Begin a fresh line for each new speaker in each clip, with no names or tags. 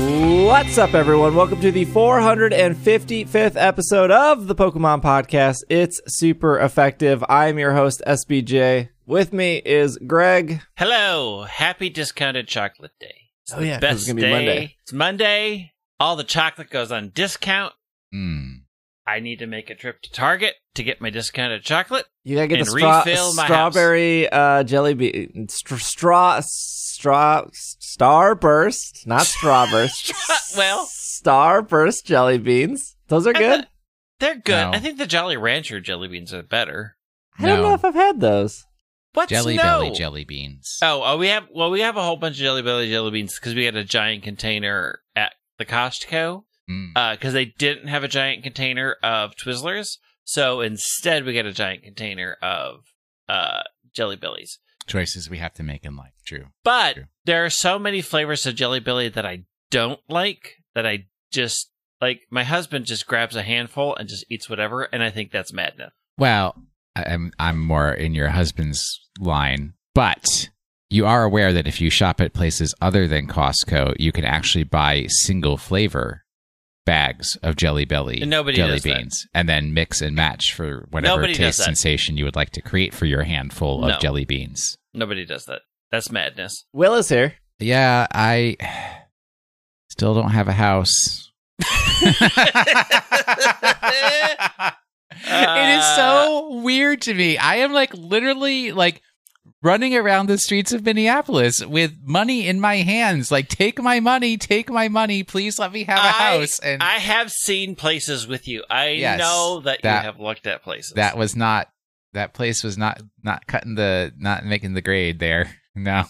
What's up, everyone? Welcome to the 455th episode of the Pokemon Podcast. It's super effective. I'm your host, SBJ. With me is Greg.
Hello, happy discounted chocolate day. It's
Oh, yeah, 'cause
best
it's gonna be
day.
Monday.
It's Monday. All the chocolate goes on discount.
Mm.
I need to make a trip to Target to get my discounted chocolate.
You gotta get
And
the stra-
refill my
strawberry uh, jelly bean. St- straw. Straw. Starburst. Not Strawburst.
Well.
Starburst jelly beans. Those are
I
good.
thought- They're good.
No.
I think the Jolly Rancher jelly beans are better.
I don't
No.
know if I've had those.
What's
Jelly
no?
Belly jelly beans.
Oh, oh, we have well, we have a whole bunch of Jelly Belly jelly beans because we had a giant container at the Costco
Mm.
because they didn't have a giant container of Twizzlers, so instead we got a giant container of uh, Jelly Bellies.
Choices we have to make in life. True.
But
True.
there are so many flavors of Jelly Belly that I don't like that I just like. My husband just grabs a handful and just eats whatever, and I think that's madness.
Well, I- I'm I'm more in your husband's line, but you are aware that if you shop at places other than Costco, you can actually buy single flavor bags of Jelly Belly
And nobody
jelly
does that.
beans, and then mix and match for whatever
Nobody does
taste
that.
sensation you would like to create for your handful
No.
of jelly beans.
Nobody does that. That's madness.
Will is here.
Yeah, I still don't have a house. it is so weird to me. I am like literally like running around the streets of Minneapolis with money in my hands. Like, take my money, take my money, please let me have a
I-
house. And
I have seen places with you. I
Yes,
know that,
that-
you have looked at places.
that was not that place was not not cutting the not making the grade there. No.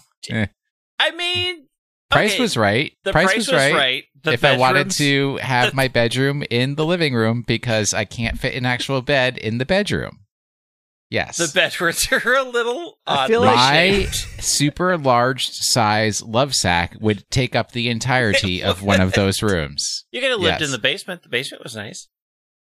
I mean,
Price
okay,
was right.
The
price, was, right.
The
if I wanted
bedrooms-
to have
the-
my bedroom in the living room because I can't fit an actual bed in the bedroom. Yes.
the bedrooms are a little.
I feel
oddly
like-
My-
shaped.
super large size love sack would take up the entirety of one of those rooms.
You could have lived
Yes.
in the basement. The basement was nice.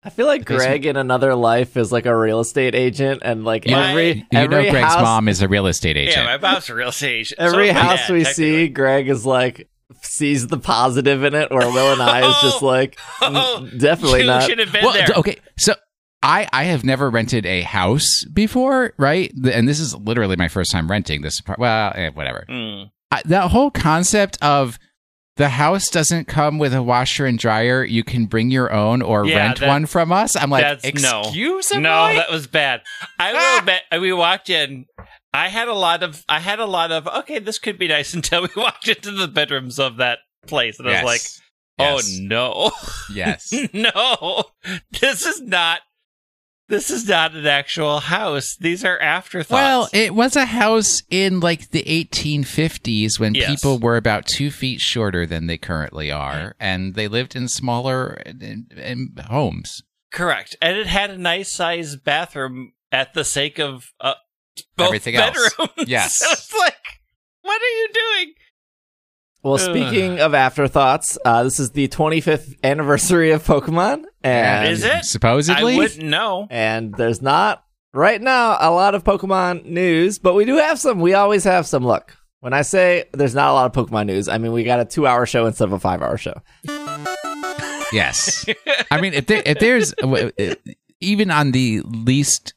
I feel like
The basement-
Greg in another life is like a real estate agent, and like
You know-
every
You
every
know, Greg's
house,
mom is a real estate agent.
Yeah, my mom's a real estate agent.
every
So is my
house
dad,
we
technically.
see, Greg is like sees the positive in it, where Will and I is just like "Mm,
Oh,
definitely
you
not.
should have been
well,
there.
d- okay, so. I, I have never rented a house before, right? The- And this is literally my first time renting this part. Well, eh, whatever.
Mm.
I, that whole concept of the house doesn't come with a washer and dryer. You can bring your own or
Yeah,
rent
that-
one from us. I'm like,
that's- no.
excuse me.
No, that was bad. I will bet we walked in. I had a lot of I had a lot of okay, this could be nice until we walked into the bedrooms of that place and I was like, "Oh no.
no, yes,
no. This is not this is not an actual house. These are afterthoughts."
Well, it was a house in like the 1850s when
Yes.
people were about two feet shorter than they currently
Mm.
are, and they lived in smaller uh, in, in homes.
Correct. And it had a nice sized bathroom at the sake of uh, both
Everything else.
bedrooms.
Yes.
it's like, what are you doing?
Well, speaking of afterthoughts, uh, this is the 25th anniversary of Pokemon, and
Is it?
supposedly?
I wouldn't know.
and there's not right now a lot of Pokemon news, but we do have some. We always have some. Look, when I say there's not a lot of Pokemon news, I mean we got a two-hour show instead of a five-hour show.
Yes, I mean if there if there's uh, w- w- even on the least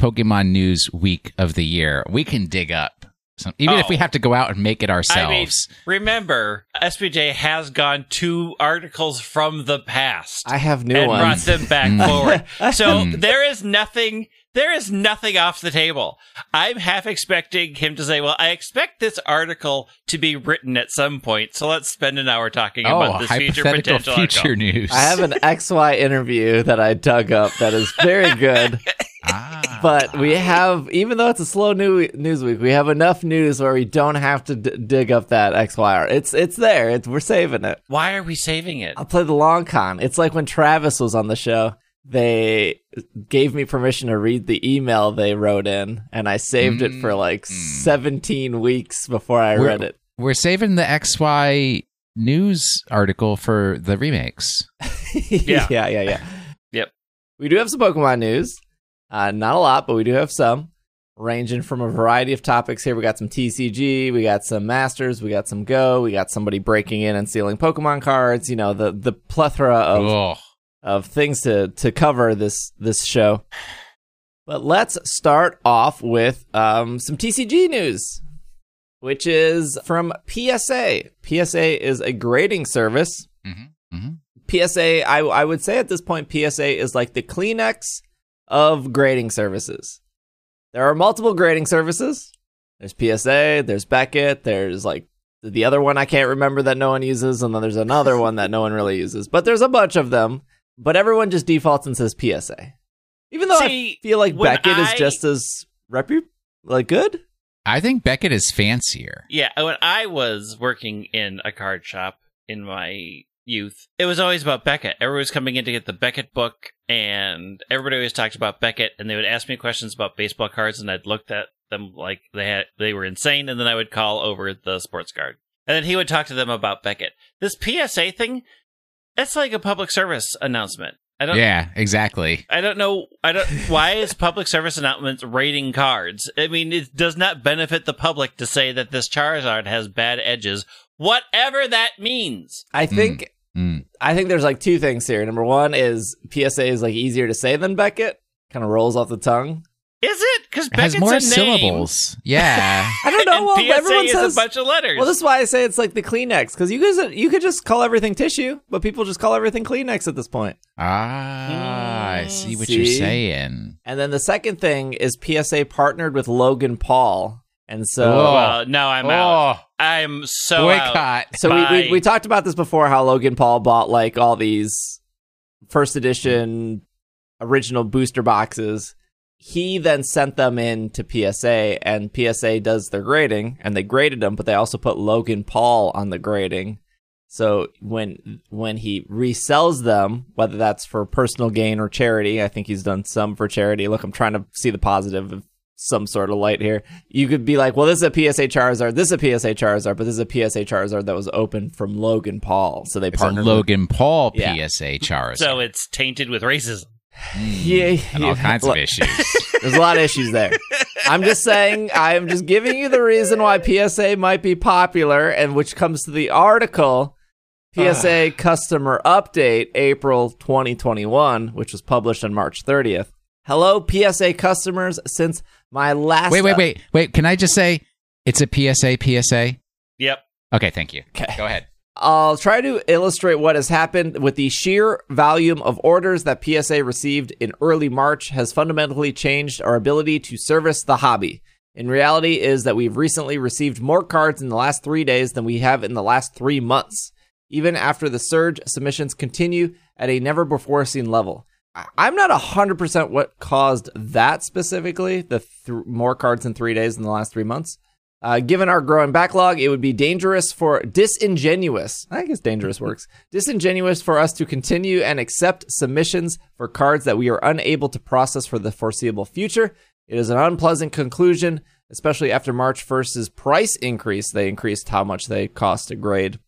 Pokemon news week of the year, we can dig up. Some, even if
Oh.
we have to go out and make it
I
ourselves.
mean, remember, SBJ has gone two articles from the past
I have new
and brought
ones.
them back
Mm.
forward. So
Mm.
there is nothing. There is nothing off the table. I'm half expecting him to say, "Well, I expect this article to be written at some point, so let's spend an hour talking about
oh,
this future
hypothetical
potential
future,
article."
news.
I have an XY interview that I dug up that is very good,
Ah.
but we have, even though it's a slow new, news week, we have enough news where we don't have to d- dig up that XYR. It's it's there. It's, we're saving it.
Why are we saving it?
I'll play the long con. It's like when Travis was on the show. They gave me permission to read the email they wrote in, and I saved it for like
Mm.
17 weeks before I
We're-
read it.
We're saving the XY news article for the remakes.
Yeah.
yeah, yeah, yeah.
Yep.
We do have some Pokemon news. Uh, not a lot, but we do have some. ranging from a variety of topics here. We got some TCG, we got some Masters, we got some Go, we got somebody breaking in and stealing Pokemon cards. You know, the the plethora of
Ugh.
of things to to cover this this show. But let's start off with um, some TCG news, which is from PSA. PSA is a grading service.
Mhm, mhm.
PSA, I, I would say at this point, PSA is like the Kleenex of grading services. There are multiple grading services. There's PSA, there's Beckett, there's like the other one I can't remember that no one uses, and then there's another one that no one really uses. But there's a bunch of them, but everyone just defaults and says PSA. Even though
See,
I feel like
when
Beckett
I-
is just as repu like good.
I think Beckett is fancier.
Yeah, when I was working in a card shop in my youth, it was always about Beckett. Everyone was coming in to get the Beckett book, and everybody always talked about Beckett. And they would ask me questions about baseball cards, and I'd looked at them like they had they were insane, and then I would call over the sports card, and then he would talk to them about Beckett. This PSA thing, that's like a public service announcement. I don't.
Yeah, exactly.
I don't know. I don't. Why is public service announcements rating cards? I mean, it does not benefit the public to say that this Charizard has bad edges, whatever that means.
I think
Mm.
I think there's like two things here. Number one is PSA is like easier to say than Beckett. Kind of rolls off the tongue.
Is it? Because
It has
Beckett's
more
a
syllables. Yeah.
I don't
Name,
know. Well,
and PSA
everyone
is
says.
a bunch of letters.
well, this is why I say it's like the Kleenex because you guys you could just call everything tissue, but people just call everything Kleenex at this point.
ah,
Mm,
I see what
See?
you're saying.
And then the second thing is PSA partnered with Logan Paul, and so
Whoa.
well, no, I'm out.
oh,
I'm so uh, out.
boycott.
so we, we
Bye.
we talked about this before how Logan Paul bought like all these first edition original booster boxes. He then sent them in to PSA, and PSA does their grading, and they graded them, but they also put Logan Paul on the grading. So when when he resells them, whether that's for personal gain or charity, I think he's done some for charity. Look, I'm trying to see the positive of some sort of light here. You could be like, well, this is a PSA Charizard, this is a PSA Charizard, but this is a PSA Charizard that was opened from Logan Paul. So they
It's a
partnered. with-
Logan Paul
Yeah.
PSA Charizard.
So it's tainted with racism.
Yeah,
and all
yeah.
kinds
Look,
of issues.
There's a lot of issues there. I'm just saying, I'm just giving you the reason why PSA might be popular, and which comes to the article PSA Customer Update, April 2021, which was published on March 30th. Hello, PSA customers. Since my last.
wait, wait, wait, wait. Can I just say it's a PSA PSA?
Yep.
Okay, thank you.
Okay.
Go ahead.
I'll try to illustrate what has happened with the sheer volume of orders that PSA received in early March has fundamentally changed our ability to service the hobby. In reality is that we've recently received more cards in the last 3 days than we have in the last 3 months. Even after the surge, submissions continue at a never before seen level. I- I'm not 100% what caused that specifically, the th- more cards in 3 days in the last 3 months. Uh, given our growing backlog, it would be dangerous for disingenuous. I guess dangerous works. disingenuous for us to continue and accept submissions for cards that we are unable to process for the foreseeable future. It is an unpleasant conclusion, especially after March 1st's price increase. They increased how much they cost to grade.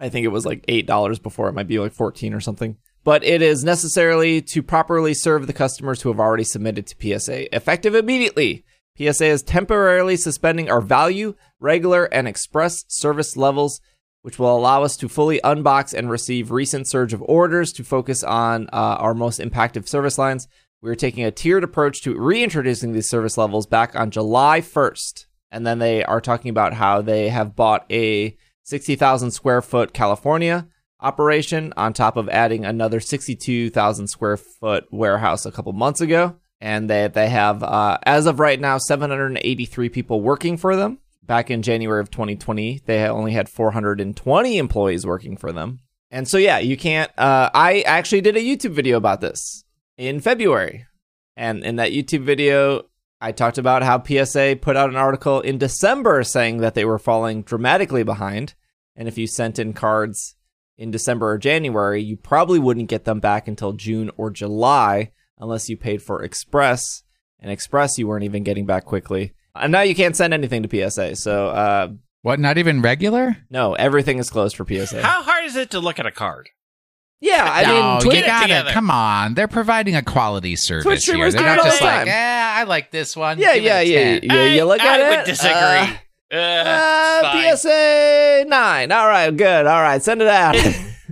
I think it was like eight dollars before. It might be like fourteen or something. But it is necessarily to properly serve the customers who have already submitted to PSA, effective immediately. PSA is temporarily suspending our value, regular, and express service levels, which will allow us to fully unbox and receive recent surge of orders to focus on uh, our most impacted service lines. We are taking a tiered approach to reintroducing these service levels back on July 1st. And then they are talking about how they have bought a 60,000 square foot California operation on top of adding another 62,000 square foot warehouse a couple months ago. And they, they have, uh, as of right now, 783 people working for them. Back in January of 2020, they had only had 420 employees working for them. And so, yeah, you can't. Uh, I actually did a YouTube video about this in February. And in that YouTube video, I talked about how PSA put out an article in December saying that they were falling dramatically behind. And if you sent in cards in December or January, you probably wouldn't get them back until June or July unless you paid for Express. And Express, you weren't even getting back quickly. And now you can't send anything to PSA. So, uh,
What? Not even regular?
no, everything is closed for PSA.
How hard is it to look at a card?
Yeah, I
no,
mean, Twitter,
you gotta
together.
come on. They're providing a quality service here.
streamers
They're
do it
not
all
just
the
like,
time.
yeah, I like this one.
yeah,
Give it
yeah,
a
yeah,
10."
yeah. You look at
I, I
it.
would disagree.
uh,
Uh,
Uh,
it's, fine.
PSA nine. All right, good. All right, send it out.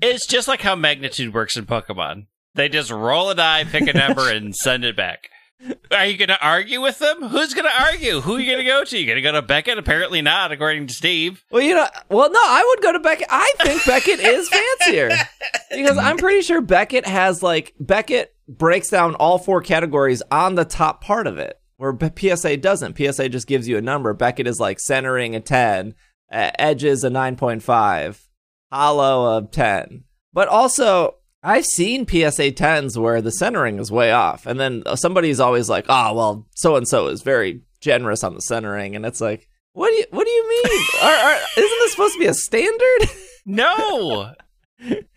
It's just like how magnitude works in Pokemon. They just roll a die, pick a number, and send it back. Are you going to argue with them? Who's going to argue? Who are you going to go to? You going to go to Beckett? Apparently not, according to Steve.
well, you know, well, no, I would go to Beckett. I think Beckett is fancier because I'm pretty sure Beckett has like Beckett breaks down all four categories on the top part of it, where B- PSA doesn't. PSA just gives you a number. Beckett is like centering a ten, uh, edges a nine point five, hollow a ten. But also, I've seen PSA 10s where the centering is way off, and then somebody's always like, "Oh, well, so and so is very generous on the centering," and it's like, "What do you What do you mean? are, are, isn't this supposed to be a standard?"
No.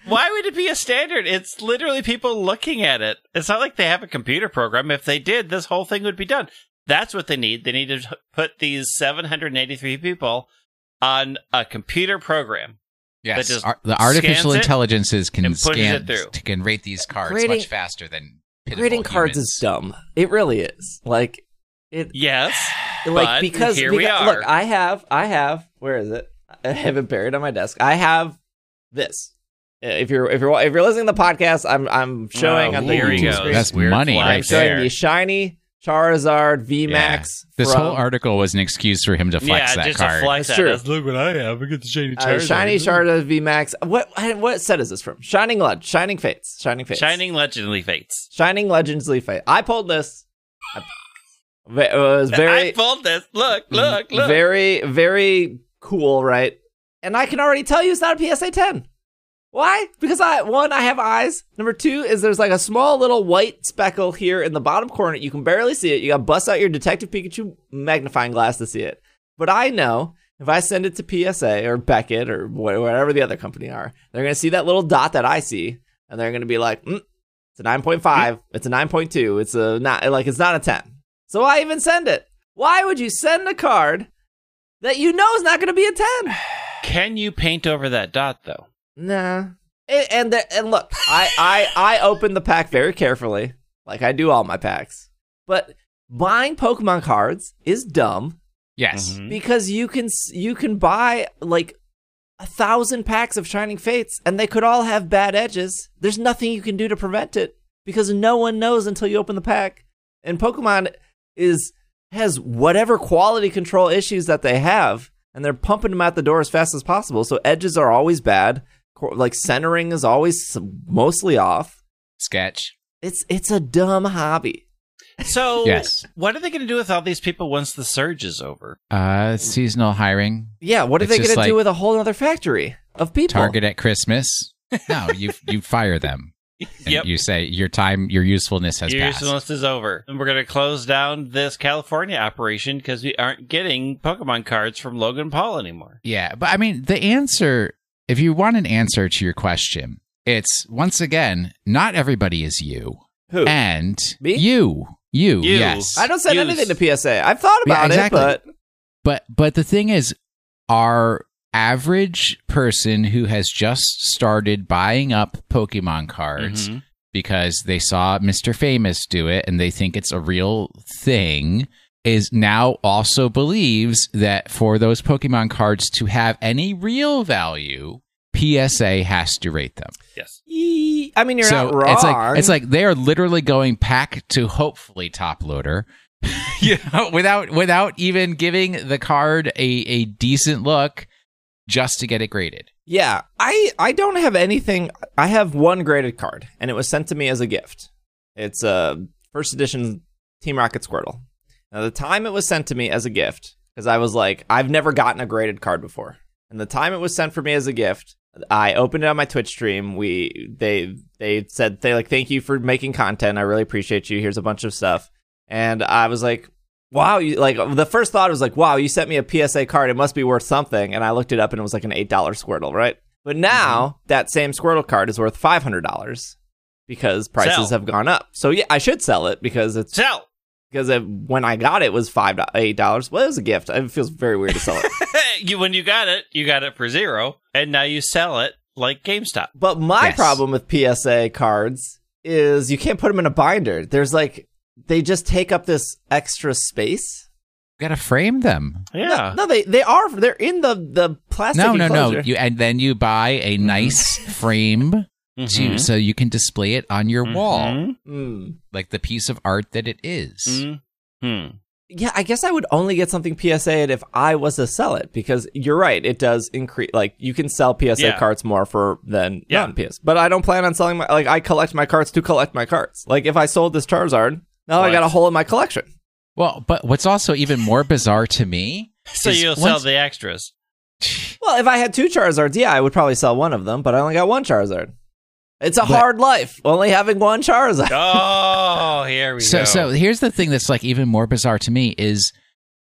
Why would it be a standard? It's literally people looking at it. It's not like they have a computer program. If they did, this whole thing would be done. That's what they need. They need to put these 783 people on a computer program.
Yes,
That just
ar- the artificial
scans it
intelligences can
and pushes
scan
it through.
t- can rate these cards
Grading-
much faster than pitiful
Grading cards
humans.
is dumb. It really is. Like it.
Yes.
like
But
because
here we
because-
are.
Look, I have, I have. Where is it? I have it buried on my desk. I have this. If you're if you're if you're listening to the podcast, I'm I'm showing
Oh,
on the
here he
YouTube
goes.
screen.
That's
Weird
money
flag
I'm
right
showing
there.
the shiny Charizard VMAX. Max.
This
from,
whole article was an excuse for him to flex
yeah,
that
just
card.
a flex
That's true.
at us. Look what I have. I get the shiny
uh,
Charizard.
shiny Charizard VMAX. What and what set is this from? Shining Legend, Shining Fates, Shining Fates,
Shining Legendary Fates.
Shining Legends Leaf Fate. I pulled this. I- it was very
I pulled this. Look, look, look.
Very, very cool, right? And I can already tell you it's not a PSA 10. Why? Because I one, I have eyes. Number two is there's like a small little white speckle here in the bottom corner. You can barely see it. You gotta bust out your Detective Pikachu magnifying glass to see it. But I know if I send it to PSA or Beckett or wh- whatever the other company are, they're gonna see that little dot that I see, and they're gonna be like, mm, it's a 9.5, it's a 9.2, it's a not like it's not a 10. So why even send it? Why would you send a card that you know is not going to be a 10?
Can you paint over that dot though?
Nah. And and, the, and look, I, I I opened the pack very carefully, like I do all my packs. But buying Pokemon cards is dumb
yes,
Mhm.
because you can s- you can buy like a thousand packs of Shining Fates, and they could all have bad edges. There's nothing you can do to prevent it because no one knows until you open the pack. And Pokemon is has whatever quality control issues that they have, and they're pumping them out the door as fast as possible. So edges are always bad. Cor- Like centering is always s- mostly off.
sketch.
It's it's a dumb hobby.
So
Yes.
what are they going to do with all these people once the surge is over?
Uh, seasonal hiring.
Yeah, what are
It's
they
just
going to do
like-
with a whole other factory of people?
Target at Christmas. No, you you fire them. And
Yep.
You say your time, your usefulness has
Your
passed.
usefulness is over. And we're going to close down this California operation because we aren't getting Pokemon cards from Logan Paul anymore.
Yeah, but I mean, the answer, if you want an answer to your question, it's once again, not everybody is you.
Who?
And
Me?
you, you,
You.
yes.
I don't send
Use.
anything to PSA. I've thought about
Yeah, exactly.
it, but
But but the thing is, our average person who has just started buying up Pokemon cards
Mm-hmm.
Mhm.
because they saw Mr. Famous do it and they think it's a real thing is now also believes that for those Pokemon cards to have any real value, PSA has to rate them.
Yes.
Yee. I mean, you're
so
not wrong.
it's like it's like they are literally going pack to hopefully top loader. you know, without without even giving the card a, a decent look just to get it graded.
yeah. I I don't have anything. I have one graded card, and it was sent to me as a gift. It's a first edition Team Rocket Squirtle. Now, the time it was sent to me as a gift, because I was like, I've never gotten a graded card before. And the time it was sent for me as a gift, I opened it on my Twitch stream. We they they said they like thank you for making content. I really appreciate you. Here's a bunch of stuff. And I was like, wow, you like the first thought was like, wow, you sent me a PSA card. It must be worth something. And I looked it up, and it was like an eight dollar Squirtle, right? But now that same Squirtle card is worth five hundred dollars because prices
Sell.
have gone up. So yeah, I should sell it because it's
Sell.
because it, when I got it was five do- eight dollars. Well, it was a gift. It feels very weird to sell it.
you when you got it, you got it for zero, and now you sell it like GameStop.
But my
Yes.
problem with PSA cards is you can't put them in a binder. There's like they just take up this extra space.
gotta frame them.
Yeah.
No, they they are they're in the the plastic.
no, no, no.
enclosure.
You and then you buy a nice
Mm-hmm.
frame to
Mhm.
so you can display it on your wall,
Mhm.
Mm.
like the piece of art that it is.
Mhm.
Yeah, I guess I would only get something PSA if I was to sell it because you're right. It does increase. Like you can sell PSA
Yeah.
cards more for than
Yeah.
non PS. But I don't plan on selling my. Like I collect my cards to collect my cards. Like if I sold this Charizard, now I
Collect.
got a hole in my collection.
Well, but what's also even more bizarre to me
So
is
you'll sell
once-
the extras.
Well, if I had two Charizards, yeah, I would probably sell one of them, but I only got one Charizard. It's a
But-
hard life, only having one Charizard.
Oh, here we
so
go.
so here's the thing that's like even more bizarre to me is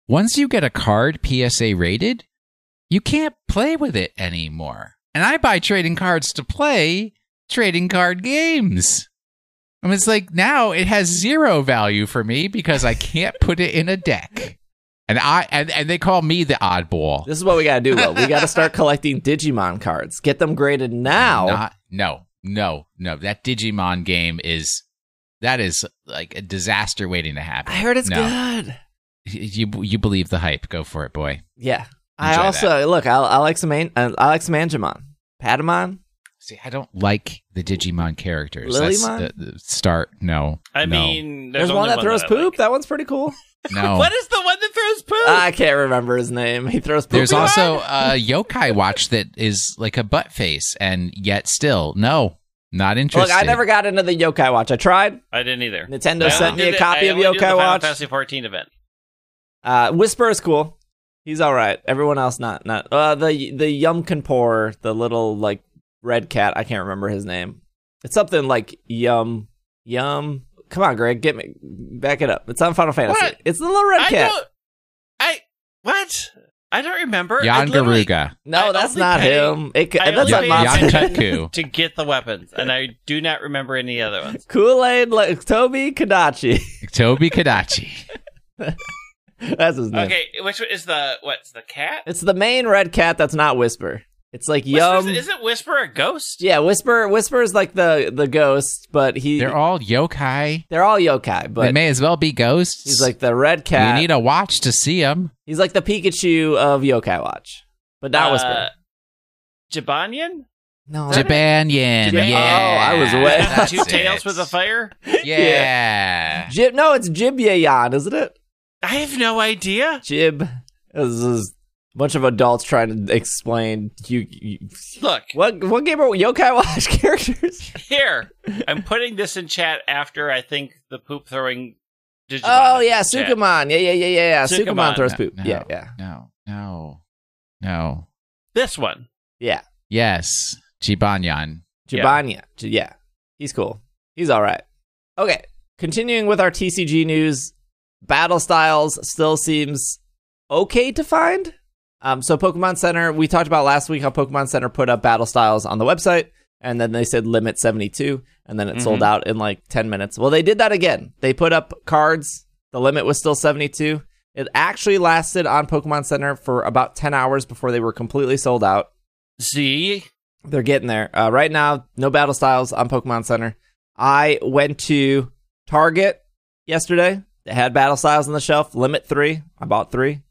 once you get a card PSA rated, you can't play with it anymore. And I buy trading cards to play trading card games. I mean, it's like now it has zero value for me because I can't put it in a deck. And I and, and they call me the oddball.
This is what we gotta do, Will. We gotta start collecting Digimon cards. Get them graded now.
Not- no, no, no. That Digimon game is that is like a disaster waiting to happen.
I heard it's
No.
good.
You you believe the hype? Go for it, boy.
Yeah. I
Enjoy
also look. I, I like some. an- I like some Angemon, Patamon.
See, I don't like the Digimon characters.
Lilymon?
That's the, the start. No,
I
no,
mean,
There's,
there's,
one
only
that throws
I
poop.
like.
That one's pretty cool.
no.
What is the one that throws poop?
I can't remember his name. He throws poop.
There's
a lot.
also a yokai watch that is like a butt face, and yet still no, not
Look,
interested.
I never got into the Yokai Watch. I tried.
I didn't either.
Nintendo
I
sent
only
me a
did it-
copy
I
of
only did the
Yokai
Final
Watch.
Fantasy 14 event.
Uh, Whisper is cool. He's all right. Everyone else not not. Uh, the the Yumkinpor, the little like red cat. I can't remember his name. It's something like Yum Yum. Come on, Greg, get me back it up. It's on Final Fantasy.
What?
It's the little red
I
cat.
don't. I what? I don't remember. I
Yan
literally-
Garuga,
No,
I
that's
only
not
pay-
him. It, ca-
I
that's
only
not
pay
Monster.
attention
Yanchaku.
to get the weapons, and I do not remember any other ones.
Kool Aid, like, Toby Kadachi.
Toby Kadachi.
that's his name.
Okay, which one is the what's the cat?
It's the main red cat that's not Whisper. It's like
Whisper's-
Yum.
Isn't Whisper a ghost?
yeah, Whisper. Whisper is like the the ghost, but he
They're all yokai.
they're all yokai,
they
but
may as well be ghosts.
he's like the red cat.
we need a watch to see them.
He's like the Pikachu of Yokai Watch, but
Uh,
not Whisper.
Jibanyan?
No,
Jip-
Jibanyan,
Yeah.
yeah.
Oh, I was way-
That's
Two tails
it.
with a fire?
Yeah.
Jib. No, it's Jibyayan, isn't it?
I have no idea.
Jib. This is a bunch of adults trying to explain you. you-
Look,
what what game are Yokai Watch characters?
here. I'm putting this in chat after I think the poop throwing Digimon.
Oh
is in
yeah,
chat.
Sukumon. Yeah, yeah, yeah, yeah, yeah. Sukumon,
Sukumon.
throws poop.
No,
Yeah, yeah,
No, no, no.
This one.
yeah.
Yes, Jibanyan.
Yeah.
Jibanya. J- Yeah, he's cool. He's all right. Okay, continuing with our TCG news, battle styles still seems okay to find. Um, so Pokemon Center, we talked about last week how Pokemon Center put up battle styles on the website, and then they said limit seventy two, and then it sold
Mhm.
out in like ten minutes. Well, they did that again. They put up cards. The limit was still seventy two. It actually lasted on Pokemon Center for about ten hours before they were completely sold out.
See?
They're getting there. Uh, right now, no battle styles on Pokemon Center. I went to Target yesterday. They had battle styles on the shelf, limit three. I bought three.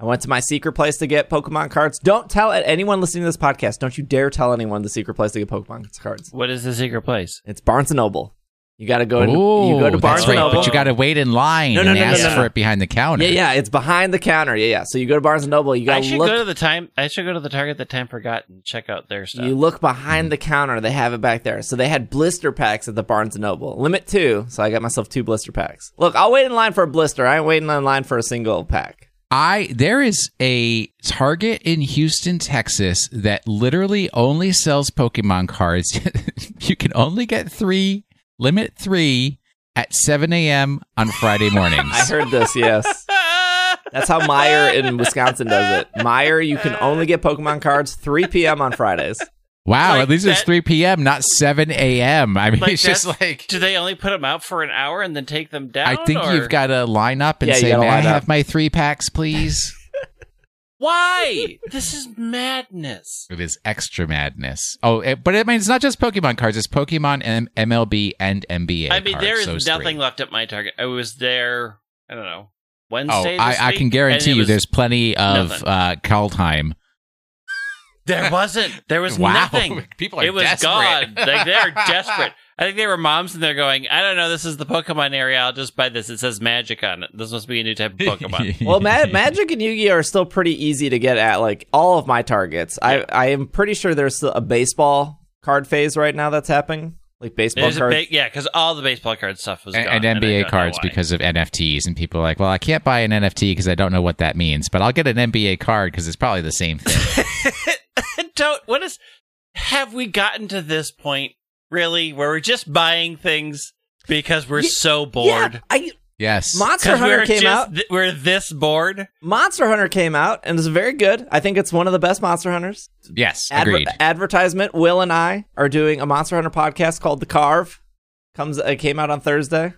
I went to my secret place to get Pokemon cards. Don't tell anyone listening to this podcast. Don't you dare tell anyone the secret place to get Pokemon cards.
What is the secret place?
It's Barnes and Noble. You got to go. Into,
Ooh,
you go to Barnes
that's
and
right.
Noble.
But you got to wait in line
No, no,
and
no, no,
ask
no, no.
for it behind the counter.
yeah, yeah. It's behind the counter. Yeah, yeah. So you go to Barnes and Noble. You
I
got
should
to look.
go to the time. I should go to the target that time forgot and check out their stuff.
You look
Mm-hmm.
behind the counter, they have it back there. So they had blister packs at the Barnes and Noble. Limit two, so I got myself two blister packs. Look, I'll wait in line for a blister. I ain't waiting in line for a single pack.
I there is a Target in Houston, Texas that literally only sells Pokemon cards. you can only get three, limit three at 7 a.m. on Friday mornings.
I heard this, yes. That's how Meyer in Wisconsin does it. Meyer, you can only get Pokemon cards 3 p.m. on Fridays.
wow,
Like
at least it's
that-
3 p.m., not 7 a.m. I mean,
Like
it's just
that's-
like
Do they only put them out for an hour and then take them down?
I think
or-
you've got to line up and
Yeah, you
say,
gotta
"May I
line up."
have my three packs, please?"
Why? this is madness.
It is extra madness. Oh, it, but I mean, it's not just Pokemon cards. It's Pokemon M- MLB and NBA.
I mean,
cards,
there is
those
nothing
three.
left at my target. I was there. I don't know
Oh,
Wednesday. this
I, I
week,
can
and it
guarantee you,
was-
there's plenty of
nothing.
uh, Kaldheim.
there wasn't there was
wow,
nothing.
people are
It was
desperate.
gone. Like they're desperate. I think they were moms and they're going. I don't know. This is the Pokemon area. I'll just buy this. It says Magic on it. This must be a new type of Pokemon.
Well, Ma- Magic and Yu-Gi-Oh are still pretty easy to get at. Like all of my targets, I I am pretty sure there's still a baseball card phase right now that's happening. Like baseball
There's a
cards.
big, yeah, because all the baseball card stuff was
and,
gone,
and
I don't
NBA
know
cards
why.
because of NFTs, and people are like, "Well, I can't buy an NFT because I don't know what that means, but I'll get an NBA card because it's probably the same thing."
don't what is have we gotten to this point really where we're just buying things because we're
Ye-
so
yeah,
bored
I,
yes,
Monster
because
Hunter
we're
came
just
out.
th- we're this bored
Monster Hunter came out and is very good. I think it's one of the best Monster Hunters.
yes,
Adver-
agreed.
Advertisement. Will and I are doing a Monster Hunter podcast called The Carve. Comes it came out on Thursday.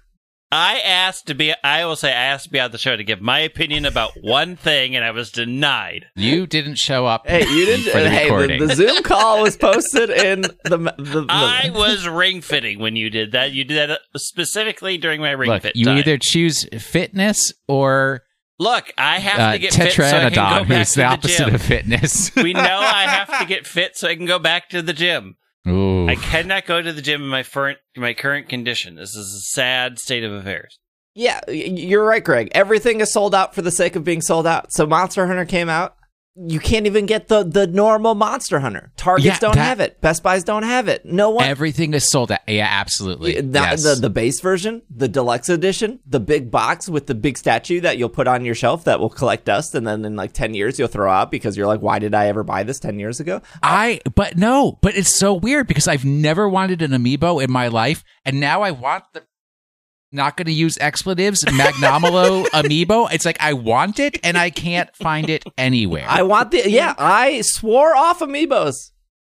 i asked to be i will say i asked to be on the show to give my opinion about one thing and i was denied
You didn't show up.
Hey, you didn't.
for the
hey,
recording.
the, the Zoom call was posted in the. the, the
i was ring fitting when you did that you did that uh, specifically during my ring
Look,
fit
you
time.
either choose fitness or
look i have
uh,
to get fit so I can go back
Tetranodon, who's
to
the
the
opposite
gym.
of fitness.
we know i have to get fit so i can go back to the gym
Ooh,
I cannot go to the gym in my current my current condition. This is a sad state of affairs.
Yeah, y- you're right, Greg. Everything is sold out for the sake of being sold out. So Monster Hunter came out. You can't even get the the normal Monster Hunter. Targets
Yeah,
don't
that-
have it. Best Buys don't have it. No one.
everything is sold out. Yeah, absolutely.
the,
yes.
the the base version, the deluxe edition, the big box with the big statue that you'll put on your shelf that will collect dust, and then in like ten years you'll throw out because you're like, why did I ever buy this ten years ago?
I but no, but it's so weird because I've never wanted an amiibo in my life, and now I want the not going to use expletives magnomolo amiibo. It's like I want it and I can't find it anywhere.
I want the yeah. I swore off amiibos.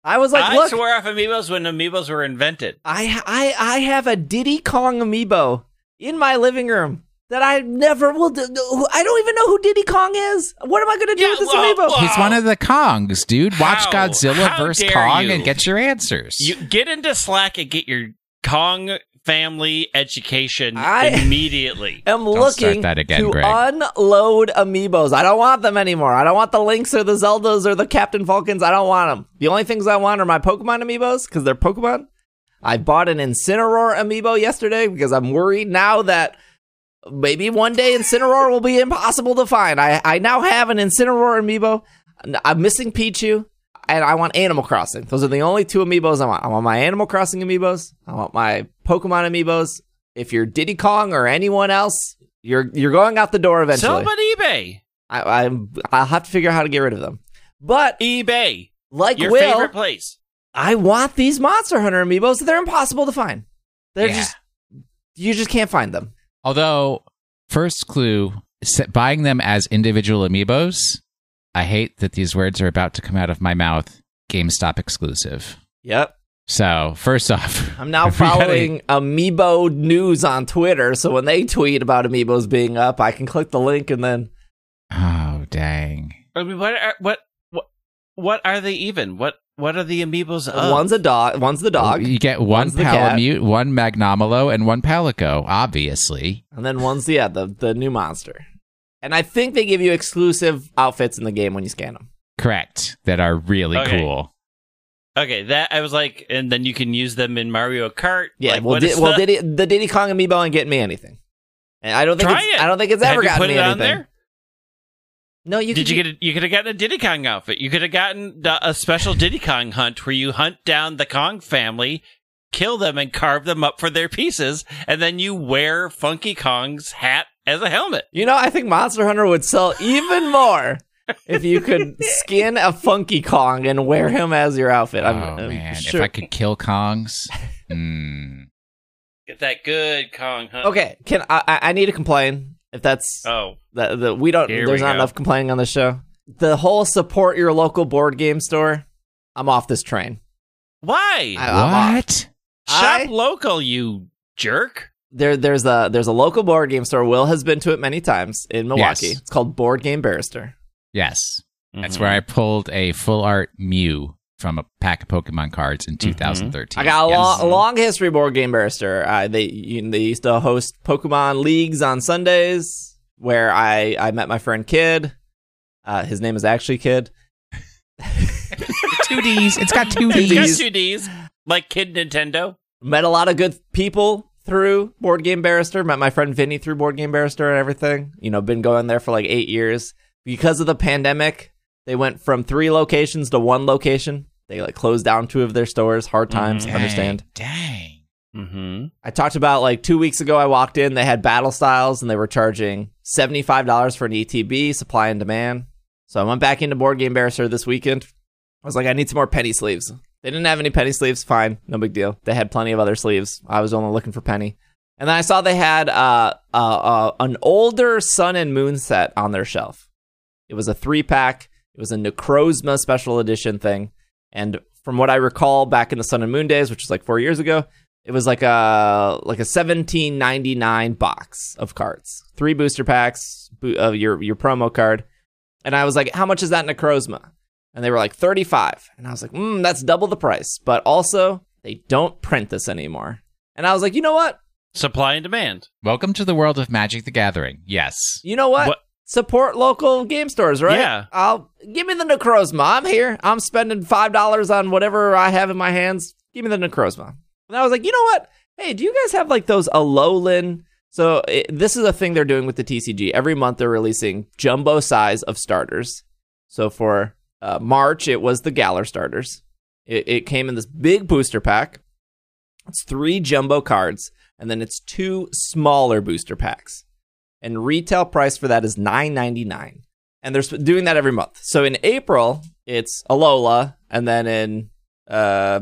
I was like,
I
look,
swear off amiibos when amiibos were invented.
I I I have a Diddy Kong amiibo in my living room that I never will. Do, I don't even know who Diddy Kong is. What am I going to do
Yeah,
with this
well,
amiibo?
well-
He's one of the Kongs, dude. Watch
How?
Godzilla
How
vs
dare
Kong
you?
and get your answers.
You get into Slack and get your Kong family education
I-
immediately.
I'm
Don't start
looking
that again,
to
Greg.
unload amiibos. I don't want them anymore. I don't want the Links or the Zeldas or the Captain Falcons. I don't want them. The only things I want are my Pokemon amiibos because they're Pokemon. I bought an Incineroar amiibo yesterday because I'm worried now that maybe one day Incineroar will be impossible to find. I, I now have an Incineroar amiibo. I'm missing Pichu, and I want Animal Crossing. Those are the only two amiibos I want. I want my Animal Crossing amiibos. I want my Pokemon amiibos. If you're Diddy Kong or anyone else, you're you're going out the door
Sell
eventually.
them on eBay.
I, I'm I'll have to figure out how to get rid of them. But
eBay,
like
your
Will,
favorite place.
I want these Monster Hunter amiibos. They're impossible to find. They're
Yeah.
just you just can't find them.
Although, first clue, s- buying them as individual amiibos. I hate that these words are about to come out of my mouth. GameStop exclusive.
Yep.
So, first off,
I'm now
we gotta-
following Amiibo news on Twitter, so when they tweet about Amiibos being up, I can click the link and then
Oh dang!
I mean, what are what what what are they even? What what are the amiibos of?
one's a dog, one's the dog,
Oh.
You get one
One's the cat.
Palamute, one Magnomolo, and one Palico. Obviously,
and then one's the yeah, the the new monster. And I think they give you exclusive outfits in the game when you scan them.
correct. That are really
Okay.
cool.
okay, that I was like, and then you can use them in Mario Kart.
Yeah,
Like,
well,
what
di-
is
well,
the-
Diddy, the Diddy Kong Amiibo ain't getting me anything. And I don't think
Try
it's,
it.
I don't think it's
Have
ever
you
gotten
put
me
it on
anything.
there?
No, you
Did
can
you get? A, you could have gotten a Diddy Kong outfit. You could have gotten the- a special Diddy Kong hunt where you hunt down the Kong family, kill them, and carve them up for their pieces, and then you wear Funky Kong's hat as a helmet.
You know, I think Monster Hunter would sell even more if you could skin a Funky Kong and wear him as your outfit. I'm,
oh
I'm
man,
sure.
if I could kill Kongs, mm,
Get that good Kong hunt.
Okay, can I? I I need to complain if that's
Oh,
the, the we don't.
Here
there's
we
not
go.
enough complaining on the show. The whole support your local board game store. I'm off this train.
why?
I- I'm off.
what?
I-
Shop local, you jerk.
There, there's a there's a local board game store. Will has been to it many times in Milwaukee.
Yes.
It's called Board Game Barrister.
Yes, That's where I
Mm-hmm.
pulled a full art Mew from a pack of Pokemon cards in 2013.
Mm-hmm. I got a,
Yes.
long, a long history, board game barrister. Uh, they you, they used to host Pokemon leagues on Sundays, where I I met my friend Kid. Uh, his name is actually Kid.
two D's. It's got two
It's got
D's.
two D's, like Kid Nintendo.
Met a lot of good people through board game barrister. Met my friend Vinny through board game barrister and everything. You know, been going there for like eight years because of the pandemic. They went from three locations to one location. They like closed down two of their stores. Hard times,
Mhm.
Dang,
understand.
Dang.
Mm-hmm.
I talked about like two weeks ago. I walked in, they had battle styles, and they were charging seventy five dollars for an ETB, supply and demand. So I went back into Board Game Barrister this weekend. I was like, I need some more penny sleeves. They didn't have any penny sleeves. Fine, no big deal. They had plenty of other sleeves. I was only looking for penny. And then I saw they had uh, uh, uh, an older Sun and Moon set on their shelf. It was a three pack. It was a Necrozma special edition thing. And from what I recall, back in the Sun and Moon days, which was like four years ago, it was like a like a seventeen ninety nine box of cards, three booster packs bo- of your your promo card, and I was like, "How much is that Necrozma?" And they were like thirty five, and I was like, mm, "That's double the price." But also, they don't print this anymore, and I was like, "You know what?
Supply and demand.
Welcome to the world of Magic the Gathering. Yes.
You know what?
What-
Support local game stores, right?
Yeah.
I'll give me the Necrozma. I'm here. I'm spending five dollars on whatever I have in my hands. Give me the Necrozma. And I was like, you know what? Hey, do you guys have like those Alolan? So it, this is a thing they're doing with the TCG. Every month they're releasing jumbo size of starters. So for uh, March, it was the Galar starters. It, it came in this big booster pack. It's three jumbo cards, and then it's two smaller booster packs and retail price for that is nine ninety nine. And they're sp- doing that every month. So in April it's Alola, and then in uh,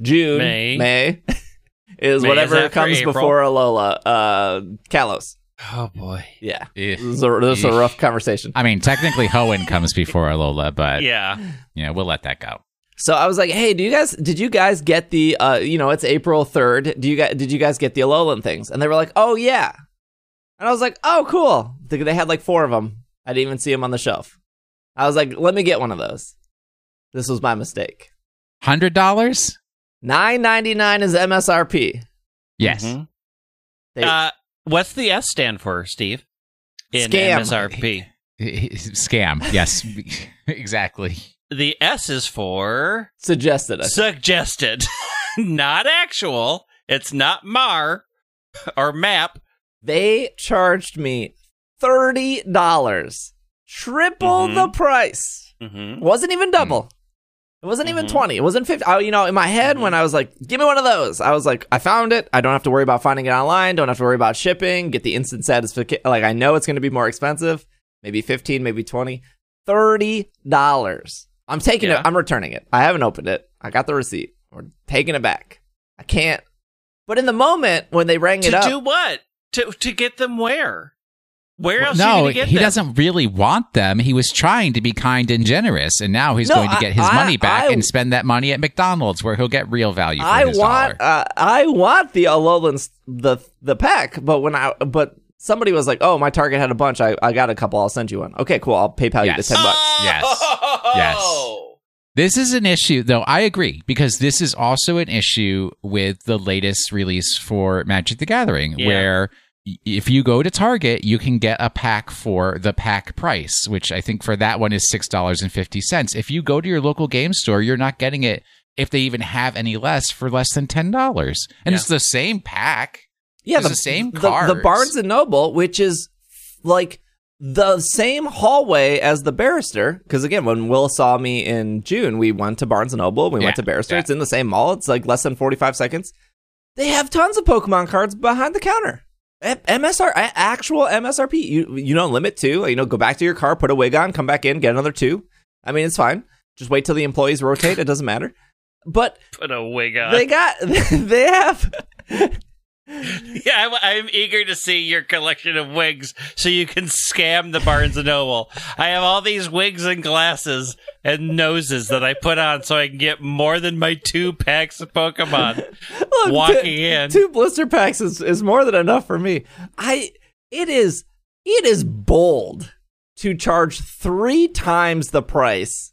June
May.
is
May
whatever
is after
comes
April.
before Alola. Uh, Kalos.
Oh boy.
Yeah,
Ugh.
this is a, this is a rough conversation.
Eh. I mean, technically, Hoenn comes before Alola, but
Yeah.
you know, we'll let that go.
So I was like, "Hey, do you guys? Did you guys get the? Uh, you know, it's April third. Do you guys? Did you guys get the Alolan things?" And they were like, "Oh yeah," and I was like, "Oh cool." They they had like four of them. I didn't even see them on the shelf. I was like, "Let me get one of those." This was my mistake.
Hundred dollars?
Nine ninety nine is MSRP.
Yes.
Mhm.
They-
Uh, what's the S stand for, Steve? In
Scam.
MSRP.
Scam. Yes. exactly.
The S is for
suggested us.
suggested, not actual. It's not Mar or map.
They charged me thirty dollars, triple
Mhm.
the price.
Mm-hmm.
wasn't even double. It wasn't even
Mhm.
twenty. It wasn't fifty. I, you know, in my head
Mm-hmm.
when I was like, "Give me one of those," I was like, "I found it. I don't have to worry about finding it online. Don't have to worry about shipping. Get the instant satisfaction. Like I know it's going to be more expensive. Maybe fifteen, maybe twenty, thirty dollars. I'm taking
Yeah.
it. I'm returning it. I haven't opened it. I got the receipt. We're taking it back. I can't. But in the moment when they rang it
To
up,
do what? To to get them where? Where else are you
no,
gonna get
he
them?
doesn't really want them. He was trying to be kind and generous, and now he's
No,
going to
I-
get his
I-
money back
I-
and spend that money at McDonald's, where he'll get real value for
I
his
want
dollar.
uh, I want the Alolans the the pack, but when I but somebody was like, "Oh, my Target had a bunch. I, I got a couple. I'll send you one." Okay, cool. I'll PayPal you
Yes.
the ten bucks.
Yes.
Oh!
This is an issue, though. I agree because this is also an issue with the latest release for Magic: The Gathering,
Yeah.
where y- if you go to Target, you can get a pack for the pack price, which I think for that one is six dollars and fifty cents. If you go to your local game store, you're not getting it if they even have any less for less than ten dollars, and
Yeah.
it's the same pack.
Yeah,
It's the same
The,
cards.
Barnes and Noble, which is like the same hallway as the Barrister, because again, when Will saw me in June, we went to Barnes and Noble. We
Yeah,
went to Barrister.
yeah.
It's in the same mall. It's like less than forty five seconds. They have tons of Pokemon cards behind the counter. A- MSR a- actual MSRP. You you don't limit two. You know, go back to your car, put a wig on, come back in, get another two. I mean, it's fine. Just wait till the employees rotate. It doesn't matter. But
Put a wig on.
they got they have
Yeah, I'm, I'm eager to see your collection of wigs so you can scam the Barnes and Noble. I have all these wigs and glasses and noses that I put on so I can get more than my two packs of Pokemon
Look, two-
walking in.
two blister packs is, is more than enough for me. I it is it is bold to charge three times the price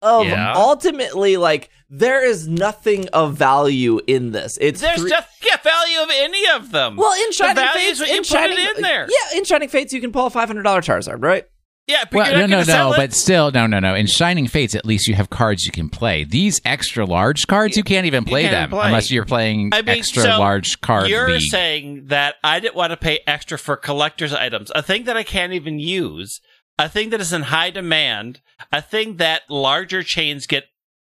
of
Yeah.
ultimately like there is nothing of value in this. It's
There's
three-
just yeah, value of any of them.
well in Shining
value
Fates
is what you
in
put it
Shining,
in there.
Yeah, in Shining Fates you can pull a five hundred dollar Charizard, right?
yeah, but
Well,
you're
no,
not
no,
gonna sell
no.
it.
But still, no, no, no. In Shining Fates, at least you have cards you can play. These extra large cards, you can't even play
can't
them
even play.
unless you're playing
I mean,
extra
so
large card
You're
league.
saying that I didn't want to pay extra for collector's items, a thing that I can't even use, a thing that is in high demand, a thing that larger chains get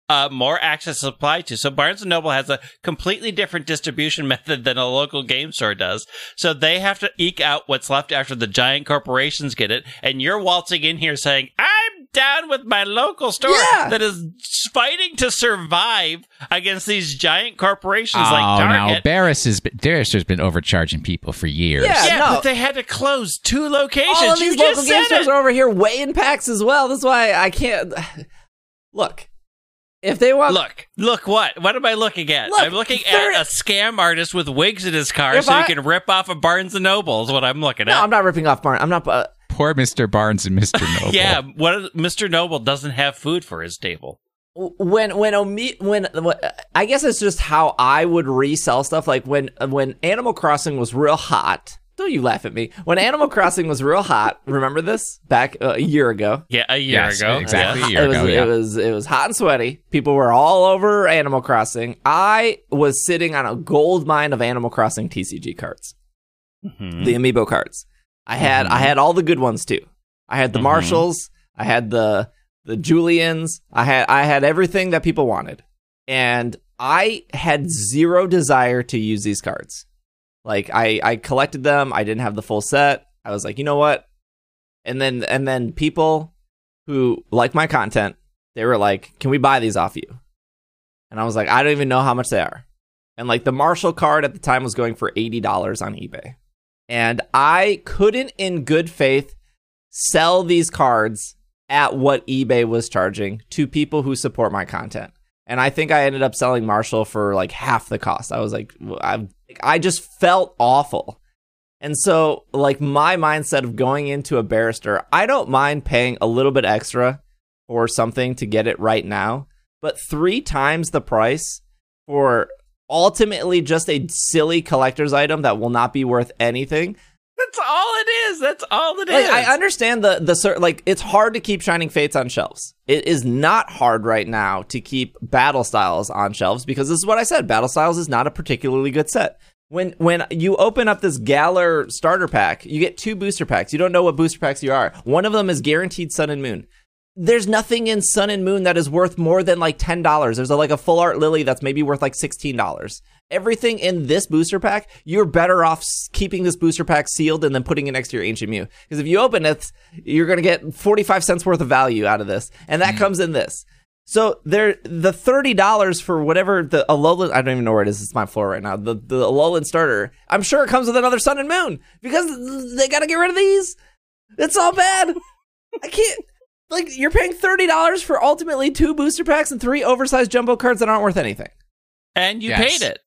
uh, more access to supply to. So Barnes and Noble has a completely different distribution method than a local game store does. So they have to eke out what's left after the giant corporations get it, and you're waltzing in here saying, "I'm down with my local store
Yeah.
that is fighting to survive against these giant corporations
oh,
like Target."
now Barris has been, Barris has been overcharging people for years.
Yeah.
Yeah,
no.
but they had to close two locations.
All of
you
these
just
local game
said
stores
it.
are over here weighing packs as well. That's why I can't look. If they want
Look, look what? What am I looking at?
Look,
I'm looking
there-
at a scam artist with wigs in his car
If
so
I-
he can rip off a Barnes and Noble is what I'm looking
No,
at.
I'm not ripping off Barn. I'm not uh,
Poor Mr. Barnes and Mr. Noble.
yeah, what Mr. Noble doesn't have food for his table.
when when Omi- when when- I guess it's just how I would resell stuff. Like when when Animal Crossing was real hot. Don't you laugh at me? When Animal Crossing was real hot, remember this back uh, a year ago?
Yeah, a year
Yes,
ago.
exactly.
Yeah.
A year
it was,
ago, yeah.
It was it was hot and sweaty. People were all over Animal Crossing. I was sitting on a gold mine of Animal Crossing TCG cards,
Mhm.
the
Hmm.
Amiibo cards. I had I had all the good ones too. I had the
Mhm.
Marshalls. I had the the Julians. I had I had everything that people wanted, and I had zero desire to use these cards. Like I I collected them. I didn't have the full set. I was like, you know what? And then and then people who like my content, they were like, "Can we buy these off you?" And I was like, "I don't even know how much they are." And like the Marshall card at the time was going for eighty dollars on eBay, and I couldn't, in good faith, sell these cards at what eBay was charging to people who support my content. And I think I ended up selling Marshall for like half the cost. I was like, w- I, I just felt awful. And so, like, my mindset of going into a barrister, I don't mind paying a little bit extra for something to get it right now, but three times the price for ultimately just a silly collector's item that will not be worth anything.
That's all it is. That's all it is.
Like, I understand the, the, cer- like, it's hard to keep Shining Fates on shelves. It is not hard right now to keep Battle Styles on shelves because this is what I said Battle Styles is not a particularly good set when when you open up this Galar starter pack, you get two booster packs. You don't know what booster packs you are. One of them is guaranteed Sun and Moon. There's nothing in Sun and Moon that is worth more than like ten dollars. There's a, like a full art Lily that's maybe worth like sixteen dollars. Everything in this booster pack, you're better off s- keeping this booster pack sealed and then putting it next to your Ancient Mew. Because if you open it, you're gonna get forty five cents worth of value out of this, and that comes in this. So there, the thirty dollars for whatever the Alolan. I don't even know where it is. It's my floor right now. The the Alolan starter. I'm sure it comes with another Sun and Moon because they got to get rid of these. It's all bad. I can't. Like you're paying thirty dollars for ultimately two booster packs and three oversized jumbo cards that aren't worth anything.
and you
Yes.
paid it.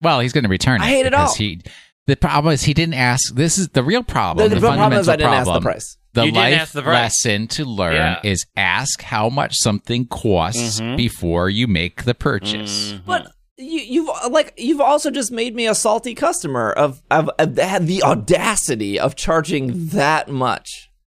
Well, he's going to return it.
I hate it
because
all.
He, the problem is he didn't ask. This is the real problem. The,
the problem is
fundamental
I didn't ask the
problem.
price.
The
You didn't
life
ask the price.
lesson to learn
Yeah.
is ask how much something costs
Mhm.
before you make the purchase.
Mhm.
But you, you've like you've also just made me a salty customer of of, of the, the audacity of charging that much.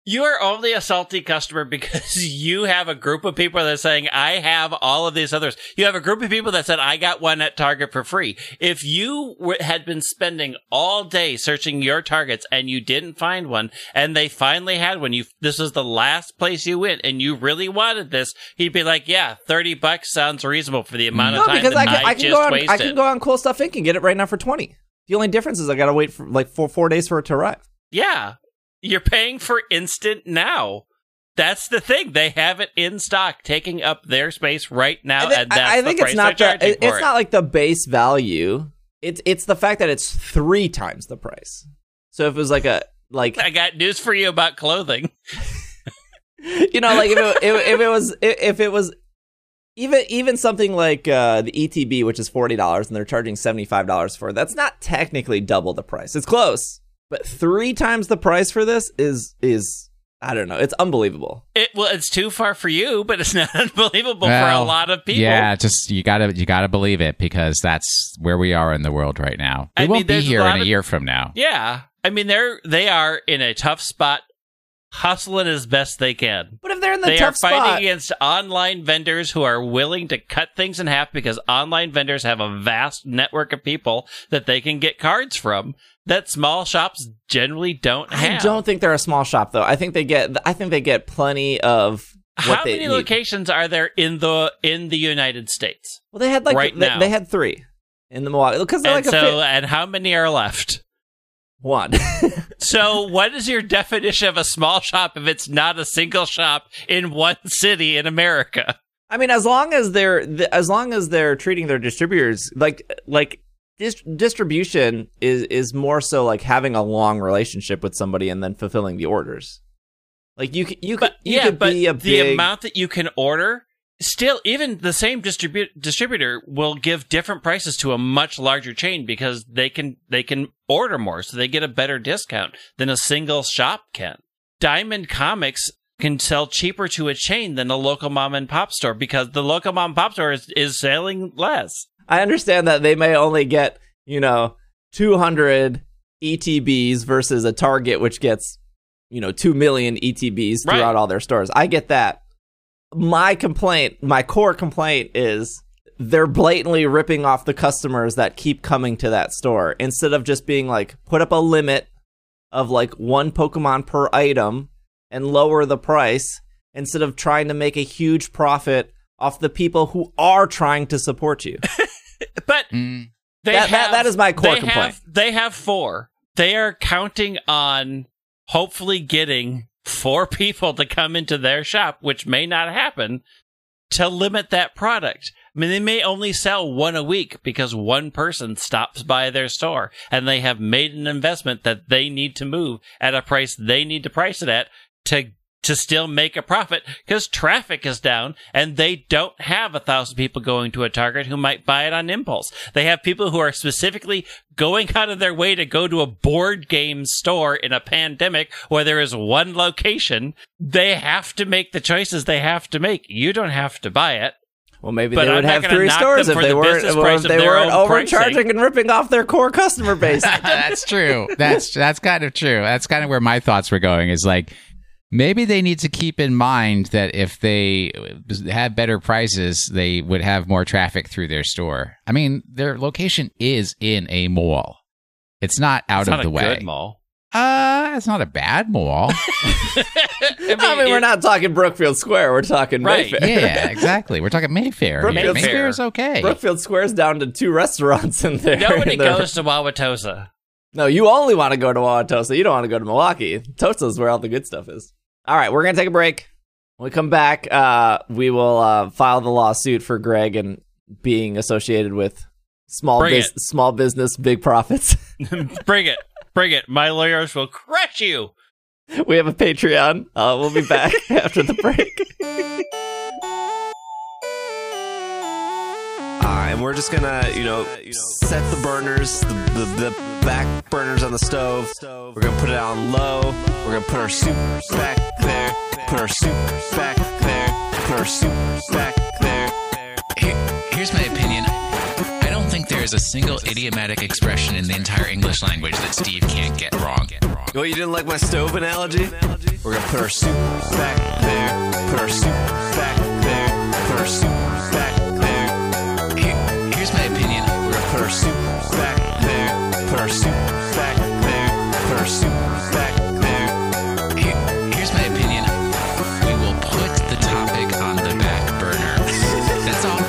You are only a salty customer because you have a group of people that are saying, I have all of these others. You have a group of people that said, I got one at Target for free. If you were, had been spending all day searching your targets and you didn't find one and they finally had one, you, this was the last place you went and you really wanted this, he'd be like, yeah, 30 bucks sounds reasonable for the amount of
No,
time
because I
that I,
can, I can
just
go on
wasted.
I can go on Cool Stuff Inc. and get it right now for twenty. The only difference is I gotta wait for like four four days for it to arrive.
Yeah. You're paying for instant now. That's the thing. They have it in stock, taking up their space right now,
I thi-
Oh, and that's
I, I think
the price
it's not
they're
that
charging
it-
for
it's
it.
not like the base value. It's it's the fact that it's three times the price. So if it was like a like
I got news for you about clothing.
you know like if it, if, if it was if it was even even something like uh, the ETB, which is forty dollars, and they're charging seventy five dollars for it, that's not technically double the price. It's close, but three times the price for this is is I don't know. It's unbelievable.
It well, it's too far for you, but it's not unbelievable for
Well,
a lot of people.
Yeah, just you gotta you gotta believe it because that's where we are in the world right now.
I
We
mean,
won't be
there's a
here
lot
in a
of-
year from now.
Yeah. I mean, they're they are in a tough spot, hustling as best they can.
But if they're in the
They are
tough
fighting
spot,
against online vendors who are willing to cut things in half because online vendors have a vast network of people that they can get cards from that small shops generally don't
I
have.
don't think they're a small shop though. I think they get I think they get plenty of what
How
they
many
need.
locations are there in the in the United States?
well, they had like
right
they,
now?
they had three in the Milwaukee because they're
and
like a
so
fit-
and how many are left?
one.
So, what is your definition of a small shop if it's not a single shop in one city in America?
I mean, as long as they're th- as long as they're treating their distributors like like dis- distribution is is more so like having a long relationship with somebody and then fulfilling the orders. Like you c- you could
But
you
yeah,
could
but
be a
the
big
amount that you can order, still, even the same distribu- distributor will give different prices to a much larger chain because they can they can order more, so they get a better discount than a single shop can. Diamond Comics can sell cheaper to a chain than a local mom and pop store because the local mom and pop store is, is selling less.
I understand that they may only get, you know, 200 ETBs versus a Target, which gets, you know, 2 million ETBs
Right.
throughout all their stores. I get that. My complaint, my core complaint is they're blatantly ripping off the customers that keep coming to that store instead of just being like, put up a limit of like one Pokemon per item and lower the price instead of trying to make a huge profit off the people who are trying to support you.
But
Mm.
They
That- that-
have-
that is my core
they
complaint.
Have, they have four. They are counting on hopefully getting four people to come into their shop, which may not happen, to limit that product. I mean, they may only sell one a week because one person stops by their store and they have made an investment that they need to move at a price they need to price it at to to still make a profit because traffic is down and they don't have a thousand people going to a target who might buy it on impulse. They have people who are specifically going out of their way to go to a board game store in a pandemic where there is one location. They have to make the choices they have to make. You don't have to buy it.
Well, maybe
But
they
I'm
would
not
have
gonna
three
knock
stores
them
if
for
they
the
weren't
business
or
price
if
of
they
their
weren't
own
overcharging
pricing.
and ripping off their core customer base.
that's true. That's that's kind of true. That's kind of where my thoughts were going. Is like maybe they need to keep in mind that if they had better prices, they would have more traffic through their store. I mean, their location is in a mall. It's not out
It's
of
not
the
a
way.
good mall.
Uh, it's not a bad mall.
I mean,
I mean, we're
it-
not talking Brookfield Square. We're talking
Right,
Mayfair.
yeah, exactly. We're talking Mayfair. here.
Brookfield-
Mayfair is okay.
Brookfield Square's down to two restaurants in there.
Nobody
And they're-
goes to Wauwatosa.
No, you only want to go to Wauwatosa. You don't want to go to Milwaukee. Tosa's where all the good stuff is. All right, we're going to take a break. When we come back, uh, we will uh, file the lawsuit for Greg and being associated with small,
Bring
bus- small business, big profits.
Bring it. Bring it. My lawyers will crush you.
we have a Patreon. Uh, we'll be back after the break.
Uh, and we're just gonna, you know, set the burners, the, the, the back burners on the stove. We're gonna put it on low. We're gonna put our soup back there. Put our soup back there. Put our soup back there.
Here- here's my opinion. I don't think there is a single idiomatic expression in the entire English language that Steve can't get wrong.
Oh, you didn't like my stove analogy? We're gonna put our soup back there. Put our soup back there. Put our soup back there.
Here- here's my opinion.
We're gonna put our soup back there. Put our soup back there. Put our soup back there.
Here- here's my opinion. We will put the topic on the back burner. That's all.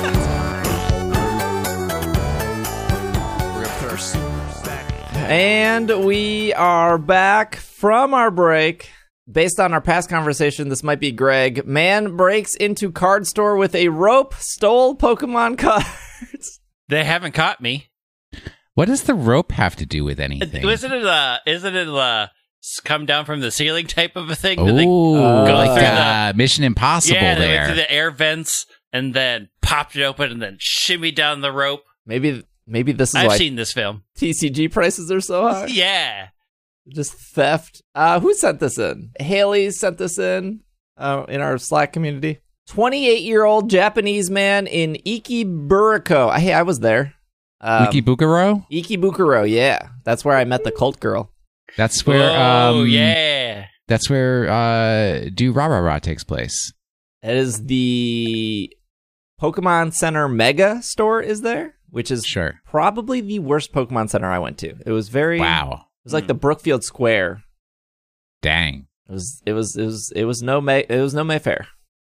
We're gonna put our soup back there.
And we are back from our break. Based on our past conversation, this might be Greg. Man breaks into card store with a rope, stole Pokemon cards.
They haven't caught me.
What does the rope have to do with anything?
Isn't it a? Isn't it a? s- Come down from the ceiling type of a thing.
Oh,
that they-
go
like
through
uh, Mission Impossible
yeah, they went
there.
through the air vents and then popped it open and then shimmy down the rope.
Maybe, maybe this is
I've
why
seen this film.
TCG prices are so high.
Yeah,
Just theft. Uh, who sent this in? Haley sent this in uh, in our Slack community. 28 year old Japanese man in Ikebukuro. Hey, I was there. Um,
Wiki Bukuro?
Ikebukuro, yeah. That's where I met the cult girl.
That's where
oh
um
yeah,
that's where uh do Ra Ra Ra takes place.
That is the Pokemon Center Mega store, is there? Which is
Sure.
probably the worst Pokemon Center I went to. It was very.
Wow.
It was like the Brookfield Square.
Dang.
It was it was it was it was no May it was no Mayfair.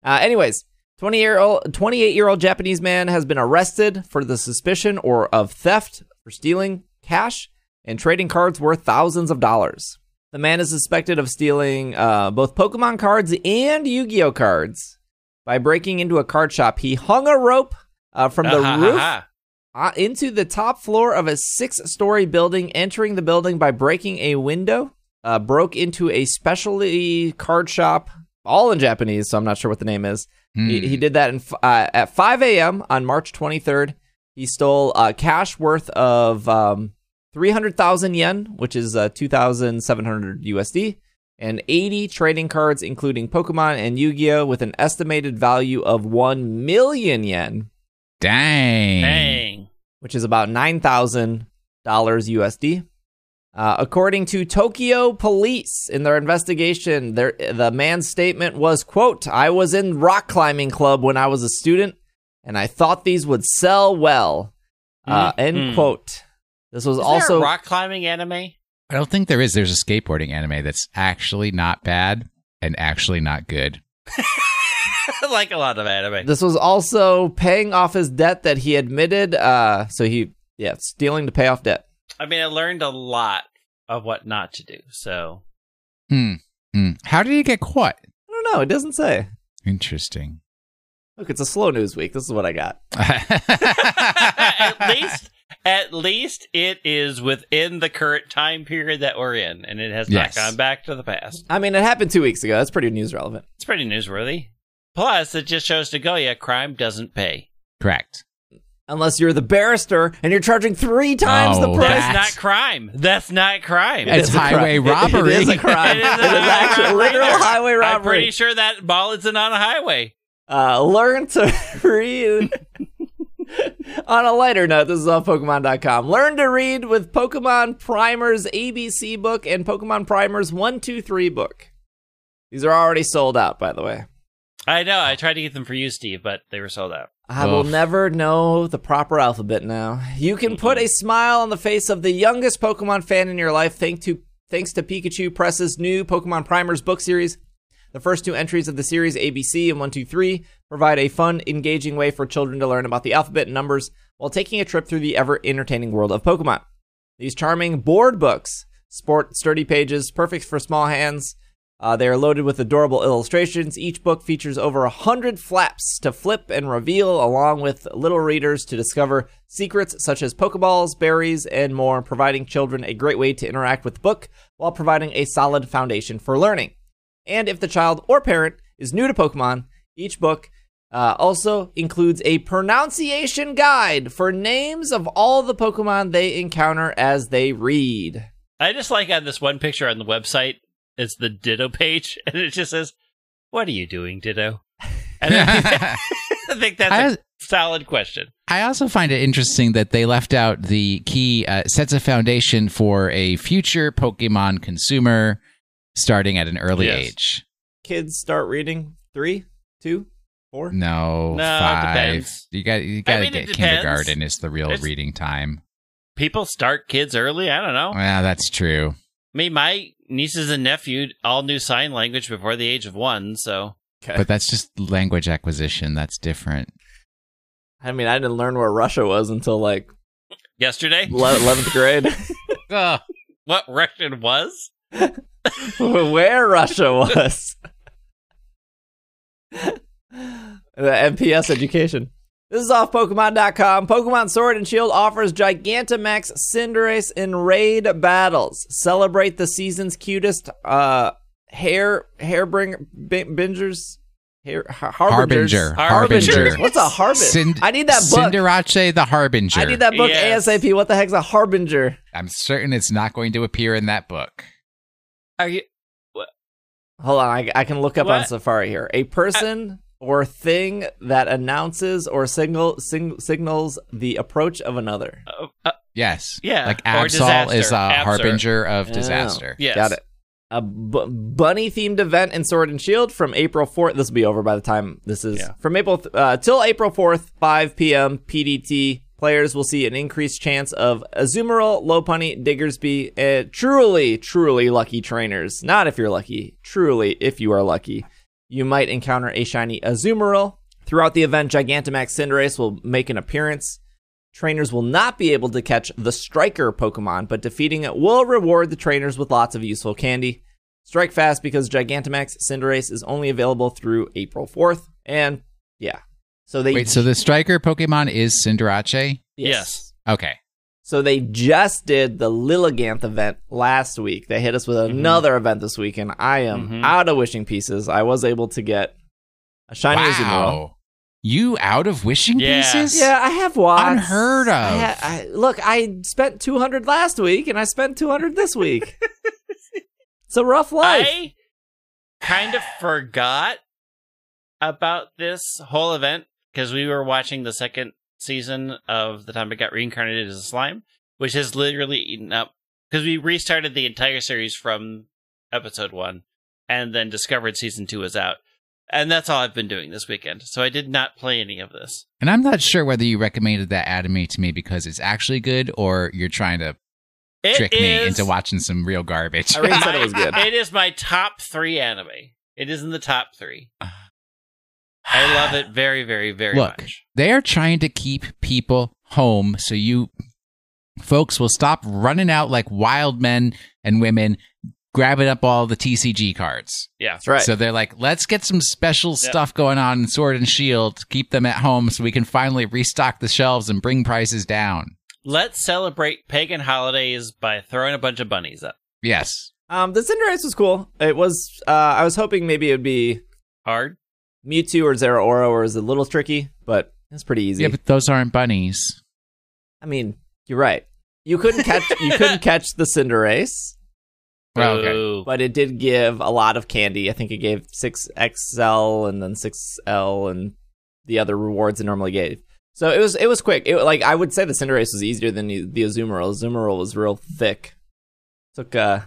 Uh, anyways, twenty year old twenty eight year old Japanese man has been arrested for the suspicion or of theft for stealing cash and trading cards worth thousands of dollars. The man is suspected of stealing uh, both Pokemon cards and Yu Gi Oh cards by breaking into a card shop. He hung a rope uh, from the
Ah, ha, ha,
roof
ha.
uh, into the top floor of a six story building, entering the building by breaking a window, uh, broke into a specialty card shop, all in Japanese, so I'm not sure what the name is. He, he did that in, f- uh, at 5 a.m. on March 23rd. He stole uh, cash worth of um, 300,000 yen, which is uh, 2,700 USD, and 80 trading cards, including Pokemon and Yu Gi Oh!, with an estimated value of 1 million yen
Dang.
Dang.
which is about $9,000 USD. Uh, according to Tokyo police in their investigation, their, the man's statement was, quote, I was in rock climbing club when I was a student, and I thought these would sell well, uh, end
Mhm.
quote. This was
Is there
also,
a rock climbing anime.
I don't think there is. There's a skateboarding anime that's actually not bad and actually not good.
like a lot of anime.
this was also paying off his debt that he admitted. Uh, so he, yeah, stealing to pay off debt.
I mean, I learned a lot of what not to do. So
Hmm. Hmm. How did he get caught?
I don't know. It doesn't say.
Interesting.
Look, it's a slow news week. This is what I got.
at least, at least it is within the current time period that we're in, and it has
Yes.
not gone back to the past.
I mean, it happened two weeks ago. That's pretty news relevant.
It's pretty newsworthy. Plus, it just shows Nagoya crime doesn't pay.
correct.
unless you're the barrister and you're charging three times
Oh,
the price.
That's not crime. That's not crime.
It
It's
is a crime.
highway robbery.
It is a crime.
It
it
is
is,
a highway
actual
robbery.
literal highway
I'm
robbery.
pretty sure that ball isn't on a highway.
Uh, learn to read. On a lighter note, this is off Pokemon.com. Learn to read with Pokemon Primers ABC book and Pokemon Primers 123 book. These are already sold out, by the way.
I know. I tried to get them for you, Steve, but they were sold out.
I will
Oof.
never know the proper alphabet now. You can put a smile on the face of the youngest Pokemon fan in your life thanks to thanks to Pikachu Press's new Pokemon Primers book series. The first two entries of the series, ABC and 123, provide a fun, engaging way for children to learn about the alphabet and numbers while taking a trip through the ever entertaining world of Pokemon. These charming board books sport sturdy pages, perfect for small hands. Uh, they are loaded with adorable illustrations. Each book features over a hundred flaps to flip and reveal, along with little readers to discover secrets such as Pokeballs, berries, and more, providing children a great way to interact with the book while providing a solid foundation for learning. And if the child or parent is new to Pokemon, each book uh, also includes a pronunciation guide for names of all the Pokemon they encounter as they read.
I just like on this one picture on the website, it's the Ditto page, and it just says, What are you doing, Ditto? And I
I,
I think that's a solid question.
I also find it interesting that they left out the key uh, sets a foundation for a future Pokemon consumer starting at an early
Yes.
age.
Kids start reading three, two, four.
No,
No, it
five.
depends.
You got you got to
mean, it
get
depends.
kindergarten is the real
It's-
reading time.
People start kids early. I don't know. I
Yeah, that's true.
mean, my nieces and nephew all knew sign language before the age of one, so
But that's just language acquisition. That's different.
I mean, I didn't learn where Russia was until like
yesterday,
le- 11th grade.
what Russian was?
where Russia was. the MPS education. This is off Pokemon.com. Pokemon Sword and Shield offers Gigantamax Cinderace in raid battles. Celebrate the season's cutest uh, hair hairbringer bin- bingers. Hair, har- harbingers.
Harbinger.
Harbinger.
Harbinger.
What's a harbinger?
Cind-
I need that book.
Cinderace the Harbinger.
I need that book
Yes.
ASAP. What the heck's a harbinger?
I'm certain it's not going to appear in that book.
Are you?
Hold on, I, I can look up on
What?
Safari here. A person or thing that announces or signal sing, signals the approach of another.
Uh, uh,
Yes.
Yeah,
Like
or
Absol is
disaster. Absor.
a harbinger of
Oh.
disaster.
yes.
Got it. A bu- bunny themed event in Sword and Shield from April 4th. This will be over by the time this is
Yeah.
from April th- uh, till April 4th, 5 p.m. PDT. Players will see an increased chance of Azumarill, Lopunny, Diggersby, uh, truly, truly lucky trainers. Not if you're lucky, truly, if you are lucky. You might encounter a shiny Azumarill. Throughout the event, Gigantamax Cinderace will make an appearance. Trainers will not be able to catch the Striker Pokemon, but defeating it will reward the trainers with lots of useful candy. Strike fast because Gigantamax Cinderace is only available through April 4th. And yeah. So they.
Wait, so the striker Pokemon is Cinderace?
Yes.
Okay.
So they just did the Lilliganth event last week. They hit us with
Mm-hmm.
another event this week, and I am
Mhm.
out of wishing pieces. I was able to get a shiny Azumarill.
Wow. You out of wishing
Yeah.
pieces?
Yeah, I have watched.
Unheard of.
I ha- I- look, I spent 200 last week and I spent 200 this week. it's a rough life.
I kind of forgot about this whole event because we were watching the second season of the time it got reincarnated as a slime, which has literally eaten up because we restarted the entire series from episode one and then discovered season two was out. And that's all I've been doing this weekend. So I did not play any of this.
And I'm not sure whether you recommended that anime to me because it's actually good or you're trying to
It
trick me
is-
into watching some real garbage.
I already said it was good.
it is my top three anime. It is in the top three. I love it very, very, very
Look,
much.
they are trying to keep people home so you folks will stop running out like wild men and women grabbing up all the TCG cards.
Yeah.
That's right.
So they're like, let's get some special stuff going on in Sword and Shield to keep them at home so we can finally restock the shelves and bring prices down.
Let's celebrate pagan holidays by throwing a bunch of bunnies up.
Yes.
um, the Cinderace was cool. It was. Uh, I was hoping maybe it would be
Hard?
Mewtwo or Zeraora, or is a little tricky, but it's pretty easy.
Yeah, but those aren't bunnies.
I mean, you're right. You couldn't catch. you couldn't catch the Cinderace, Oh,
Well, okay.
Ooh.
but it did give a lot of candy. I think it gave six XL and then six L and the other rewards it normally gave. So it was it was quick. It like I would say the Cinderace was easier than the, the Azumarill. Azumarill was real thick. Took uh